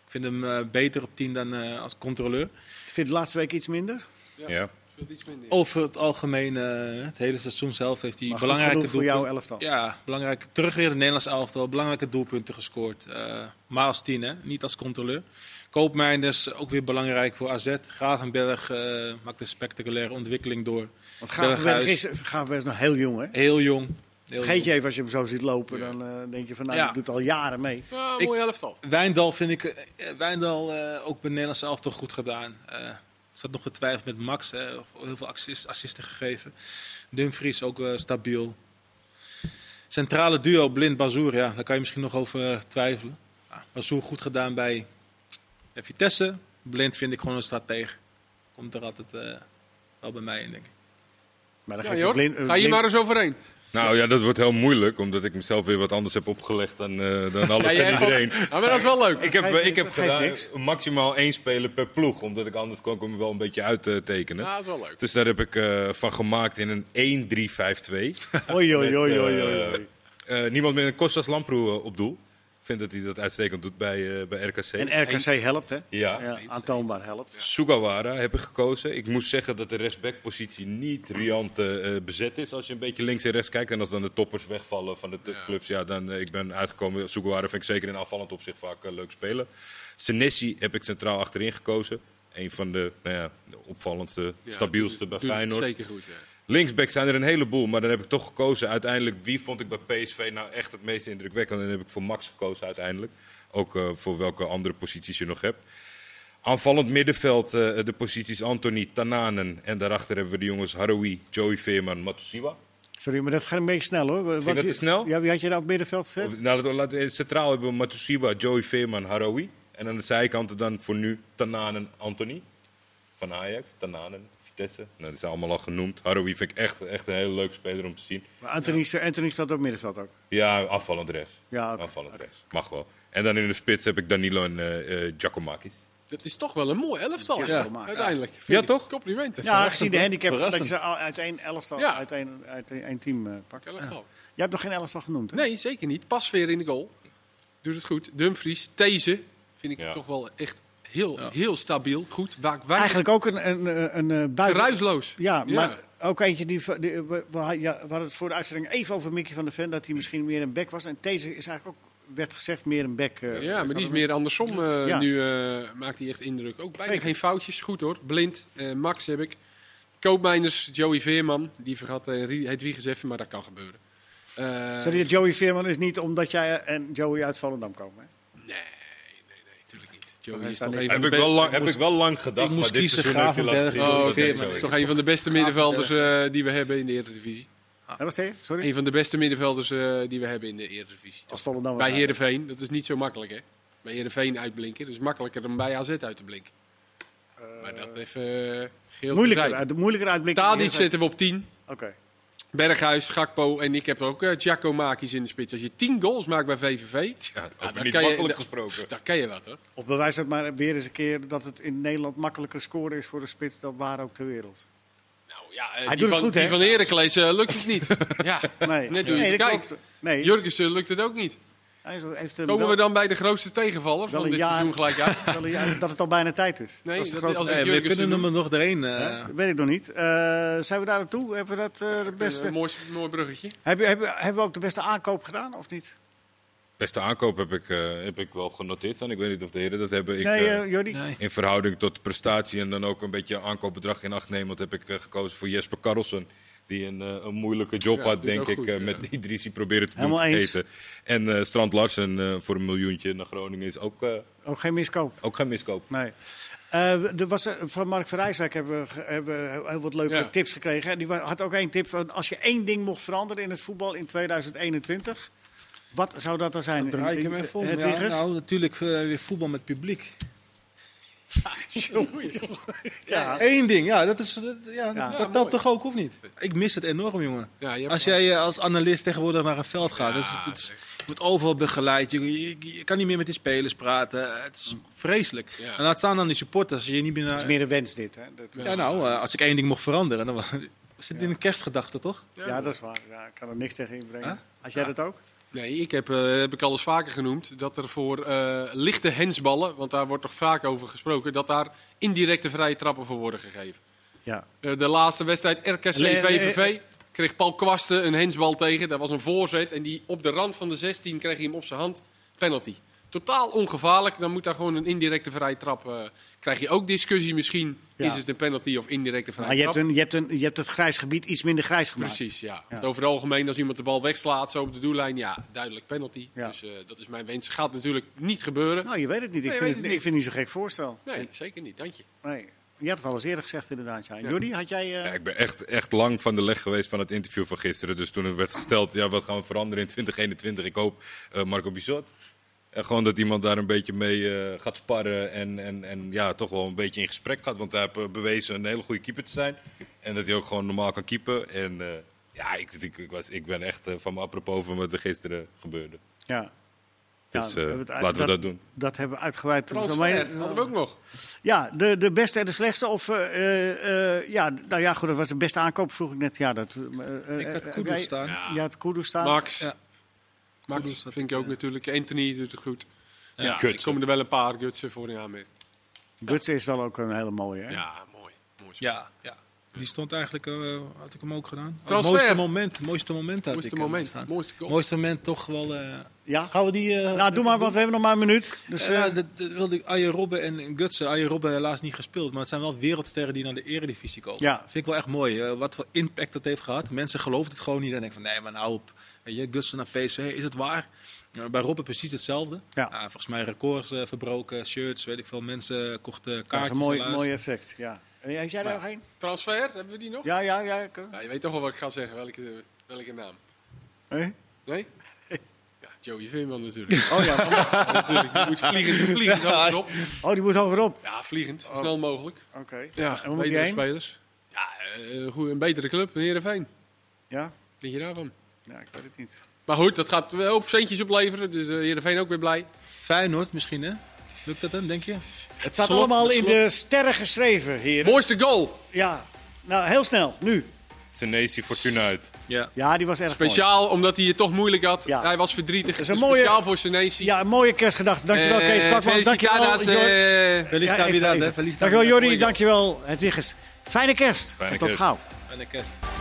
[SPEAKER 4] vind hem eh, beter op 10 dan eh, als controleur.
[SPEAKER 1] Ik vind de laatste week iets minder.
[SPEAKER 2] Ja.
[SPEAKER 3] Ja.
[SPEAKER 2] Speelt iets minder.
[SPEAKER 4] Over het algemeen, eh, het hele seizoen zelf heeft hij
[SPEAKER 1] Maar
[SPEAKER 4] belangrijke
[SPEAKER 1] belangrijke voor jouw
[SPEAKER 4] doelpunten.
[SPEAKER 1] elftal.
[SPEAKER 4] Ja, belangrijk. Terug weer in het Nederlands elftal. Belangrijke doelpunten gescoord. Eh, maar als tien, hè? niet als controleur. Koopmijnders, ook weer belangrijk voor AZ. Gravenberg eh, maakt een spectaculaire ontwikkeling door.
[SPEAKER 1] Want Gravenberg
[SPEAKER 4] Berghuis.
[SPEAKER 1] is, Gravenberg is nog heel jong, hè?
[SPEAKER 4] Heel jong. Heel
[SPEAKER 1] Vergeet
[SPEAKER 4] jong.
[SPEAKER 1] je even als je hem zo ziet lopen,
[SPEAKER 2] Ja.
[SPEAKER 1] dan eh, denk je van nou,
[SPEAKER 4] Ja.
[SPEAKER 1] die doet al jaren mee.
[SPEAKER 2] Ja,
[SPEAKER 4] Ik-
[SPEAKER 2] mooi elftal.
[SPEAKER 4] Wijndal vind ik, eh, eh, Wijndal eh, ook bij het Nederlands elftal goed gedaan. Eh zat nog getwijfeld met Max, hè, of heel veel assist, assisten gegeven. Dumfries ook eh, stabiel. Centrale duo Blind Bazoer, ja, daar kan je misschien nog over eh, twijfelen. Ja, Bazoer goed gedaan bij eh, Vitesse. Blind vind ik gewoon een stratege. Komt er altijd eh, wel bij mij in, denk ik.
[SPEAKER 1] Maar dan
[SPEAKER 2] Ja,
[SPEAKER 1] geef je
[SPEAKER 2] joh.
[SPEAKER 1] blind, eh,
[SPEAKER 2] Ga je
[SPEAKER 1] blind-
[SPEAKER 2] maar eens overheen.
[SPEAKER 3] Nou ja, dat wordt heel moeilijk, omdat ik mezelf weer wat anders heb opgelegd dan, eh,
[SPEAKER 2] (laughs)
[SPEAKER 3] dan alles
[SPEAKER 2] Ja, jij
[SPEAKER 3] en
[SPEAKER 2] hebt-
[SPEAKER 3] iedereen.
[SPEAKER 2] Nou, maar dat is wel leuk.
[SPEAKER 3] Ik heb, eh,
[SPEAKER 1] Geeft niks,
[SPEAKER 3] ik heb
[SPEAKER 1] geeft
[SPEAKER 3] gedaan,
[SPEAKER 1] niks.
[SPEAKER 3] maximaal één speler per ploeg, omdat ik anders kon ik hem wel een beetje uittekenen.
[SPEAKER 2] Ja, dat is wel leuk.
[SPEAKER 3] Dus daar heb ik eh, van gemaakt in een 1-3-5-2.
[SPEAKER 1] Oei, oei, oei, oei,
[SPEAKER 3] Met,
[SPEAKER 1] oei,
[SPEAKER 3] eh,
[SPEAKER 1] oei.
[SPEAKER 3] Eh, niemand meer een Kostas Lamproe eh, op doel. Ik vind dat hij dat uitstekend doet bij, eh, bij RKC.
[SPEAKER 1] En RKC helpt, hè?
[SPEAKER 3] Ja.
[SPEAKER 1] Ja, aantoonbaar helpt.
[SPEAKER 3] Sugawara heb ik gekozen. Ik moest zeggen dat de rechtsbackpositie niet riant eh, eh, bezet is. Als je een beetje links en rechts kijkt en als dan de toppers wegvallen van de t- clubs, ja, dan eh, ik ben uitgekomen. Sugawara vind ik zeker in afvallend opzicht vaak eh, leuk spelen. Senesi heb ik centraal achterin gekozen. Een van de, nou ja, de opvallendste,
[SPEAKER 2] Ja,
[SPEAKER 3] stabielste
[SPEAKER 2] doe-
[SPEAKER 3] bij
[SPEAKER 2] doe het
[SPEAKER 3] Feyenoord.
[SPEAKER 2] Zeker goed, ja.
[SPEAKER 3] Linksback zijn er een heleboel, maar dan heb ik toch gekozen uiteindelijk wie vond ik bij PSV nou echt het meest indrukwekkend. En dan heb ik voor Max gekozen uiteindelijk. Ook eh, voor welke andere posities je nog hebt. Aanvallend middenveld, eh, de posities Anthony, Tananen en daarachter hebben we de jongens Haroui, Joey Veerman, Matsusiwa.
[SPEAKER 1] Sorry, maar dat gaat een beetje snel, hoor. Wat
[SPEAKER 3] dat
[SPEAKER 1] je-
[SPEAKER 3] te snel?
[SPEAKER 1] Ja, wie had je daar op middenveld gezet?
[SPEAKER 3] Nou, dat- laat- eh, centraal hebben we Matsusiwa, Joey Veerman, Haroui. En aan de zijkanten dan voor nu Tananen, Anthony. Van Ajax, Tananen, Vitesse. Nou, dat is allemaal al genoemd. Haroui vind ik echt, echt een hele leuke speler om te zien.
[SPEAKER 1] Maar Anthony, Anthony speelt op middenveld ook.
[SPEAKER 3] Ja, afvallend rechts.
[SPEAKER 1] Ja, oké.
[SPEAKER 3] Aanvallend rechts. Mag wel. En dan in de spits heb ik Danilo en eh, eh, Giacomakis.
[SPEAKER 2] Dat is toch wel een mooi elftal.
[SPEAKER 1] Ja,
[SPEAKER 2] Ja,
[SPEAKER 1] ja.
[SPEAKER 2] uiteindelijk. Vind
[SPEAKER 3] Ja,
[SPEAKER 2] ik.
[SPEAKER 3] toch?
[SPEAKER 2] Complimenten.
[SPEAKER 1] Ja, gezien de handicap dat je
[SPEAKER 4] Verrassend.
[SPEAKER 1] ze al uit één elftal,
[SPEAKER 2] Ja.
[SPEAKER 1] uit, één, uit één, één team eh, pakt.
[SPEAKER 2] Elftal.
[SPEAKER 1] Jij hebt nog geen elftal genoemd, hè?
[SPEAKER 2] Nee, zeker niet. Pas weer in de goal. Doet het goed. Dumfries, deze vind ik
[SPEAKER 3] Ja.
[SPEAKER 2] toch wel echt heel,
[SPEAKER 4] Ja.
[SPEAKER 2] heel stabiel. Goed. Waar, waar,
[SPEAKER 1] Eigenlijk ook een, een, eh, een, eh, buiten...
[SPEAKER 2] geruisloos.
[SPEAKER 1] Ja,
[SPEAKER 2] Ja.
[SPEAKER 1] maar ook eentje die... die- we, we- we had- ja, we hadden het voor de uitzending even over Mickey van der Ven, dat hij misschien meer een back was. En deze is eigenlijk ook, werd gezegd, meer een back. eh,
[SPEAKER 2] Ja, maar die is meer andersom. eh,
[SPEAKER 1] Ja.
[SPEAKER 2] Nu eh, maakt hij echt indruk. Ook bijna
[SPEAKER 1] Zeker.
[SPEAKER 2] geen foutjes. Goed hoor. Blind. eh, Max heb ik. Koopmijners, Joey Veerman. Die vergat uh, Hedwiges even, maar dat kan gebeuren. Eh,
[SPEAKER 1] Zeg je, Joey Veerman is niet omdat jij en Joey uit Volendam komen. hè?
[SPEAKER 2] Nee, nee, nee, natuurlijk niet. Joey is toch
[SPEAKER 3] Heb,
[SPEAKER 2] even de
[SPEAKER 3] ik
[SPEAKER 2] be-
[SPEAKER 3] wel lang, heb ik wel lang
[SPEAKER 4] ik
[SPEAKER 3] gedacht,
[SPEAKER 4] moest
[SPEAKER 3] maar dit
[SPEAKER 4] kiezen
[SPEAKER 3] seizoen heeft hij laten zien.
[SPEAKER 4] Gravenberg,
[SPEAKER 3] dat
[SPEAKER 2] Oh,
[SPEAKER 3] het
[SPEAKER 2] oké,
[SPEAKER 3] echt
[SPEAKER 2] maar
[SPEAKER 3] zo
[SPEAKER 2] het is
[SPEAKER 3] is.
[SPEAKER 2] toch een van de beste middenvelders eh, die we hebben in de Eredivisie.
[SPEAKER 1] Ja, wat zei je? Sorry?
[SPEAKER 2] Een van de beste middenvelders eh, die we hebben in de Eredivisie.
[SPEAKER 1] Als Volendam
[SPEAKER 2] Bij
[SPEAKER 1] was-
[SPEAKER 2] Heerenveen, dat is niet zo makkelijk hè. Bij Heerenveen uitblinken, dat is makkelijker dan bij AZ uit te blinken. maar dat even eh, geheel
[SPEAKER 1] Moeilijker,
[SPEAKER 2] terzijde.
[SPEAKER 1] uit- moeilijker uitblikken.
[SPEAKER 2] Tadic zetten we op 10.
[SPEAKER 1] Oké.
[SPEAKER 2] Berghuis, Gakpo en ik heb ook eh Giacomo Makis in de spits. Als je 10 goals maakt bij VVV,
[SPEAKER 3] Ja,
[SPEAKER 2] dan
[SPEAKER 3] over niet
[SPEAKER 2] kan je-
[SPEAKER 3] makkelijk
[SPEAKER 2] da-
[SPEAKER 3] gesproken.
[SPEAKER 2] dan kan je wat hoor.
[SPEAKER 1] Of bewijs dat maar weer eens een keer dat het in Nederland makkelijker scoren is voor een spits dan waar ook ter wereld.
[SPEAKER 2] Nou ja, eh,
[SPEAKER 1] doet
[SPEAKER 2] die,
[SPEAKER 1] het
[SPEAKER 2] van,
[SPEAKER 1] goed,
[SPEAKER 2] die
[SPEAKER 1] hè?
[SPEAKER 2] van Heracles eh, lukt het niet. (laughs) ja.
[SPEAKER 1] Nee,
[SPEAKER 2] Net hoe je
[SPEAKER 1] nee,
[SPEAKER 2] het
[SPEAKER 1] dat
[SPEAKER 2] kijkt.
[SPEAKER 1] klopt. Nee,
[SPEAKER 2] Jurgensen lukt het ook niet.
[SPEAKER 1] hij is- heeft hem
[SPEAKER 2] Komen
[SPEAKER 1] wel-
[SPEAKER 2] we dan bij de grootste tegenvaller
[SPEAKER 1] wel
[SPEAKER 2] van
[SPEAKER 1] een
[SPEAKER 2] dit
[SPEAKER 1] jaar-
[SPEAKER 2] seizoen gelijk
[SPEAKER 1] (laughs)
[SPEAKER 2] eh, uit?
[SPEAKER 1] wel- ja, dat het al bijna tijd is.
[SPEAKER 2] Nee,
[SPEAKER 1] dat is de
[SPEAKER 2] dat is-
[SPEAKER 1] grootste.
[SPEAKER 2] als-
[SPEAKER 4] Eh, we
[SPEAKER 2] Jurgensen
[SPEAKER 4] kunnen
[SPEAKER 2] doen.
[SPEAKER 4] er nog doorheen. eh,
[SPEAKER 1] Hè? Dat weet ik nog niet. Eh, zijn we daar naartoe? Hebben we dat eh, de beste...
[SPEAKER 2] Een mooi, mooi bruggetje.
[SPEAKER 1] Heb je- hebben, hebben we ook de beste aankoop gedaan of niet?
[SPEAKER 3] Beste aankoop heb ik, eh, heb ik wel genoteerd. En ik weet niet of de heren dat hebben. Ik,
[SPEAKER 1] nee,
[SPEAKER 3] eh,
[SPEAKER 1] eh, Jordi?
[SPEAKER 4] nee.
[SPEAKER 3] In verhouding tot de prestatie en dan ook een beetje aankoopbedrag in acht nemen, heb ik eh, gekozen voor Jesper Karlsson. Die een, eh, een moeilijke job
[SPEAKER 2] Ja,
[SPEAKER 3] had,
[SPEAKER 2] doet
[SPEAKER 3] denk
[SPEAKER 2] ook
[SPEAKER 3] ik,
[SPEAKER 2] goed,
[SPEAKER 3] eh,
[SPEAKER 2] ja.
[SPEAKER 3] met Idrissi proberen te doen
[SPEAKER 1] Helemaal eens.
[SPEAKER 3] vergeten. En eh, Strand Larsen eh, voor een miljoentje naar Groningen is ook, eh,
[SPEAKER 1] Ook Oh, geen miskoop?
[SPEAKER 3] ook geen miskoop.
[SPEAKER 1] Nee. Eh, er was, eh, van Mark Verrijswijk hebben we, ge- hebben we heel wat leuke
[SPEAKER 2] Ja.
[SPEAKER 1] tips gekregen. En die wa- had ook één tip van als je één ding mocht veranderen in het voetbal in 2021, wat zou dat dan zijn?
[SPEAKER 4] Dan draai ik hem even om.
[SPEAKER 1] Het
[SPEAKER 4] Ja, nou, natuurlijk eh, weer voetbal met publiek.
[SPEAKER 1] ja.
[SPEAKER 4] Eén ding, ja, dat, is, dat, ja,
[SPEAKER 1] Ja,
[SPEAKER 4] dat
[SPEAKER 2] mooi.
[SPEAKER 4] telt toch ook, of niet? Ik mis het enorm, jongen.
[SPEAKER 2] Ja, je hebt
[SPEAKER 4] Als
[SPEAKER 2] wel-
[SPEAKER 4] jij eh, als analist tegenwoordig naar een veld gaat, dat is- dat is- je wordt overal begeleid. Je, je, je kan niet meer met die spelers praten. Het is vreselijk.
[SPEAKER 2] Ja.
[SPEAKER 4] En laat staan dan die supporters. Je niet meer
[SPEAKER 1] Het is
[SPEAKER 4] naar,
[SPEAKER 1] meer een wens dit. Hè? Dat,
[SPEAKER 4] ja, nou, eh, als ik één ding mocht veranderen, dan (laughs) was- zit in een kerstgedachte, toch?
[SPEAKER 1] ja, dat is waar. Ja, ik kan er niks tegen inbrengen.
[SPEAKER 4] Huh?
[SPEAKER 1] Had jij dat ook?
[SPEAKER 2] Nee, ik heb, eh, heb ik al eens vaker genoemd dat er voor eh, lichte hensballen, want daar wordt toch vaak over gesproken, dat daar indirecte vrije trappen voor worden gegeven.
[SPEAKER 1] Ja.
[SPEAKER 2] Eh, de laatste wedstrijd
[SPEAKER 1] Le-
[SPEAKER 2] RKC-VVV kreeg Paul Kwasten een hensbal tegen. Dat was een voorzet en die op de rand van de 16 kreeg hij hem op zijn hand. Penalty. Totaal ongevaarlijk. Dan moet daar gewoon een indirecte vrije trap. eh, krijg je ook discussie misschien.
[SPEAKER 1] Ja.
[SPEAKER 2] Is het een penalty of indirecte vrije
[SPEAKER 1] Maar je
[SPEAKER 2] trap?
[SPEAKER 1] hebt, een, je, hebt een, je hebt het grijs gebied iets minder grijs gemaakt.
[SPEAKER 2] Precies, ja.
[SPEAKER 1] Ja.
[SPEAKER 2] Want Over het algemeen, als iemand de bal wegslaat, zo op de doellijn, ja, duidelijk penalty.
[SPEAKER 1] Ja.
[SPEAKER 2] Dus eh, dat is mijn wens. Gaat natuurlijk niet gebeuren.
[SPEAKER 1] Nou, je weet het niet. Ik,
[SPEAKER 2] Nee,
[SPEAKER 1] vind,
[SPEAKER 2] je weet
[SPEAKER 1] het,
[SPEAKER 2] het
[SPEAKER 1] ik vind het niet zo'n gek voorstel.
[SPEAKER 2] Nee, zeker niet. Dank je.
[SPEAKER 1] Nee. Je had het al eens eerder gezegd inderdaad. Ja.
[SPEAKER 2] Ja.
[SPEAKER 1] Jordi, had jij... eh,
[SPEAKER 3] Ja, ik ben echt, echt lang van de leg geweest van het interview van gisteren. Dus toen er werd gesteld, ja, wat gaan we veranderen in 2021? Ik hoop eh, Marco Bizot. En gewoon dat iemand daar een beetje mee eh, gaat sparren en, en, en ja, toch wel een beetje in gesprek gaat. Want hij heeft eh, bewezen een hele goede keeper te zijn. En dat hij ook gewoon normaal kan keepen. En eh, ja, ik, ik, ik, was, ik ben echt eh, van me apropos van wat er gisteren gebeurde.
[SPEAKER 1] ja.
[SPEAKER 3] Dus
[SPEAKER 1] Ja,
[SPEAKER 3] eh,
[SPEAKER 1] we hebben het uit-
[SPEAKER 3] laten we dat doen.
[SPEAKER 1] Dat hebben we uitgebreid.
[SPEAKER 2] Transfer hadden we ook nog.
[SPEAKER 1] Ja, de, de beste en de slechtste. Of, eh, eh, eh, ja, nou ja, goed, dat was de beste aankoop, vroeg ik net. Ja, dat, eh, eh,
[SPEAKER 4] Ik had
[SPEAKER 1] eh,
[SPEAKER 4] Kudus
[SPEAKER 1] jij-
[SPEAKER 4] staan.
[SPEAKER 1] Ja, je had Kudus staan.
[SPEAKER 2] Max.
[SPEAKER 4] Ja.
[SPEAKER 2] Max
[SPEAKER 4] Kudus, dat-
[SPEAKER 2] vind ik ook natuurlijk. Anthony doet het goed. Ja, er
[SPEAKER 3] Gutsen.
[SPEAKER 2] komen er wel een paar gutsen voor in aanmerking.
[SPEAKER 1] Gutsen is wel ook een hele mooie. Hè?
[SPEAKER 2] Ja, mooi. mooi spel.
[SPEAKER 4] Ja, ja. Die stond eigenlijk, eh, had ik hem ook gedaan. Het
[SPEAKER 2] Transfer.
[SPEAKER 4] mooiste moment, mooiste moment had
[SPEAKER 2] mooiste
[SPEAKER 4] ik hem
[SPEAKER 2] moment.
[SPEAKER 4] staan.
[SPEAKER 2] Mooiste goal.
[SPEAKER 4] Mooiste moment toch wel... eh,
[SPEAKER 1] Ja?
[SPEAKER 4] gaan we die... eh,
[SPEAKER 1] Nou, doe maar, want we hebben nog maar een minuut. Dus,
[SPEAKER 4] Dus,
[SPEAKER 2] nou,
[SPEAKER 4] ja,
[SPEAKER 1] eh,
[SPEAKER 4] dat, dat wilde ik. Arjen Robben en Gutsen. Arjen Robben helaas niet gespeeld. Maar het zijn wel wereldsterren die naar de eredivisie komen.
[SPEAKER 1] Ja.
[SPEAKER 4] Vind ik wel echt mooi. eh, wat voor impact dat heeft gehad. Mensen geloven het gewoon niet. En denken van, nee, maar nou op. Weet je, Gutsen naar PSV. Is het waar? Nou, bij Robben precies hetzelfde.
[SPEAKER 1] Ja.
[SPEAKER 4] Ah, volgens mij records eh, verbroken. Shirts, weet ik veel. Mensen kochten
[SPEAKER 1] dat is
[SPEAKER 4] kaartjes
[SPEAKER 1] een mooi,
[SPEAKER 4] helaas.
[SPEAKER 1] mooi effect. Ja. Eh, heb jij daar
[SPEAKER 2] Ja.
[SPEAKER 1] nog één?
[SPEAKER 2] Transfer, hebben we die nog? Ja.
[SPEAKER 1] Ja, ja, ja. ik-
[SPEAKER 2] je weet toch wel wat ik ga zeggen. Welke, welke naam?
[SPEAKER 1] eh?
[SPEAKER 2] Nee? Ja, Joey Veerman
[SPEAKER 1] (laughs)
[SPEAKER 2] natuurlijk. Oh ja, natuurlijk. Je moet vliegend vliegen. Dat is op.
[SPEAKER 1] Oh, die moet hogerop.
[SPEAKER 2] Ja, vliegend. Zo Snel mogelijk.
[SPEAKER 1] Oké.
[SPEAKER 2] Ja,
[SPEAKER 1] En waar moet die
[SPEAKER 2] betere
[SPEAKER 1] heen?
[SPEAKER 2] spelers. Ja, eh, goed, een betere club, Heerenveen.
[SPEAKER 1] Ja?
[SPEAKER 2] Wat Denk je daarvan?
[SPEAKER 1] ja, ik weet het niet.
[SPEAKER 2] Maar goed, dat gaat wel op centjes opleveren. Dus eh Heerenveen ook weer blij.
[SPEAKER 4] Feyenoord misschien, hè? Lukt dat hem, denk je?
[SPEAKER 1] Het staat
[SPEAKER 2] slot-
[SPEAKER 1] allemaal
[SPEAKER 2] de
[SPEAKER 1] in
[SPEAKER 2] slot-
[SPEAKER 1] de sterren geschreven, heren.
[SPEAKER 2] Mooiste goal.
[SPEAKER 1] Ja. Nou, heel snel. Nu.
[SPEAKER 3] Senesi Fortuna uit.
[SPEAKER 4] Ja.
[SPEAKER 1] Ja, die was erg mooi.
[SPEAKER 2] Speciaal omdat hij het toch moeilijk had.
[SPEAKER 1] Ja.
[SPEAKER 2] Hij was verdrietig.
[SPEAKER 1] is een
[SPEAKER 2] Dus
[SPEAKER 1] mooie-
[SPEAKER 2] Speciaal voor Senesi.
[SPEAKER 1] Ja, een mooie kerstgedachte. Dankjewel,
[SPEAKER 2] Eh,
[SPEAKER 1] Kees Kwakman. Dankjewel,
[SPEAKER 2] Felicitadas,
[SPEAKER 1] Jor-
[SPEAKER 2] eh,
[SPEAKER 4] Feliz
[SPEAKER 1] Ja, even,
[SPEAKER 4] Navidad,
[SPEAKER 1] even.
[SPEAKER 4] hè? Feliz
[SPEAKER 1] Dankjewel
[SPEAKER 4] Navidad.
[SPEAKER 1] Jordi, dankjewel Hedwiggers. Fijne kerst
[SPEAKER 3] Fijne
[SPEAKER 1] en tot
[SPEAKER 3] kerst.
[SPEAKER 1] gauw.
[SPEAKER 4] En de kerst.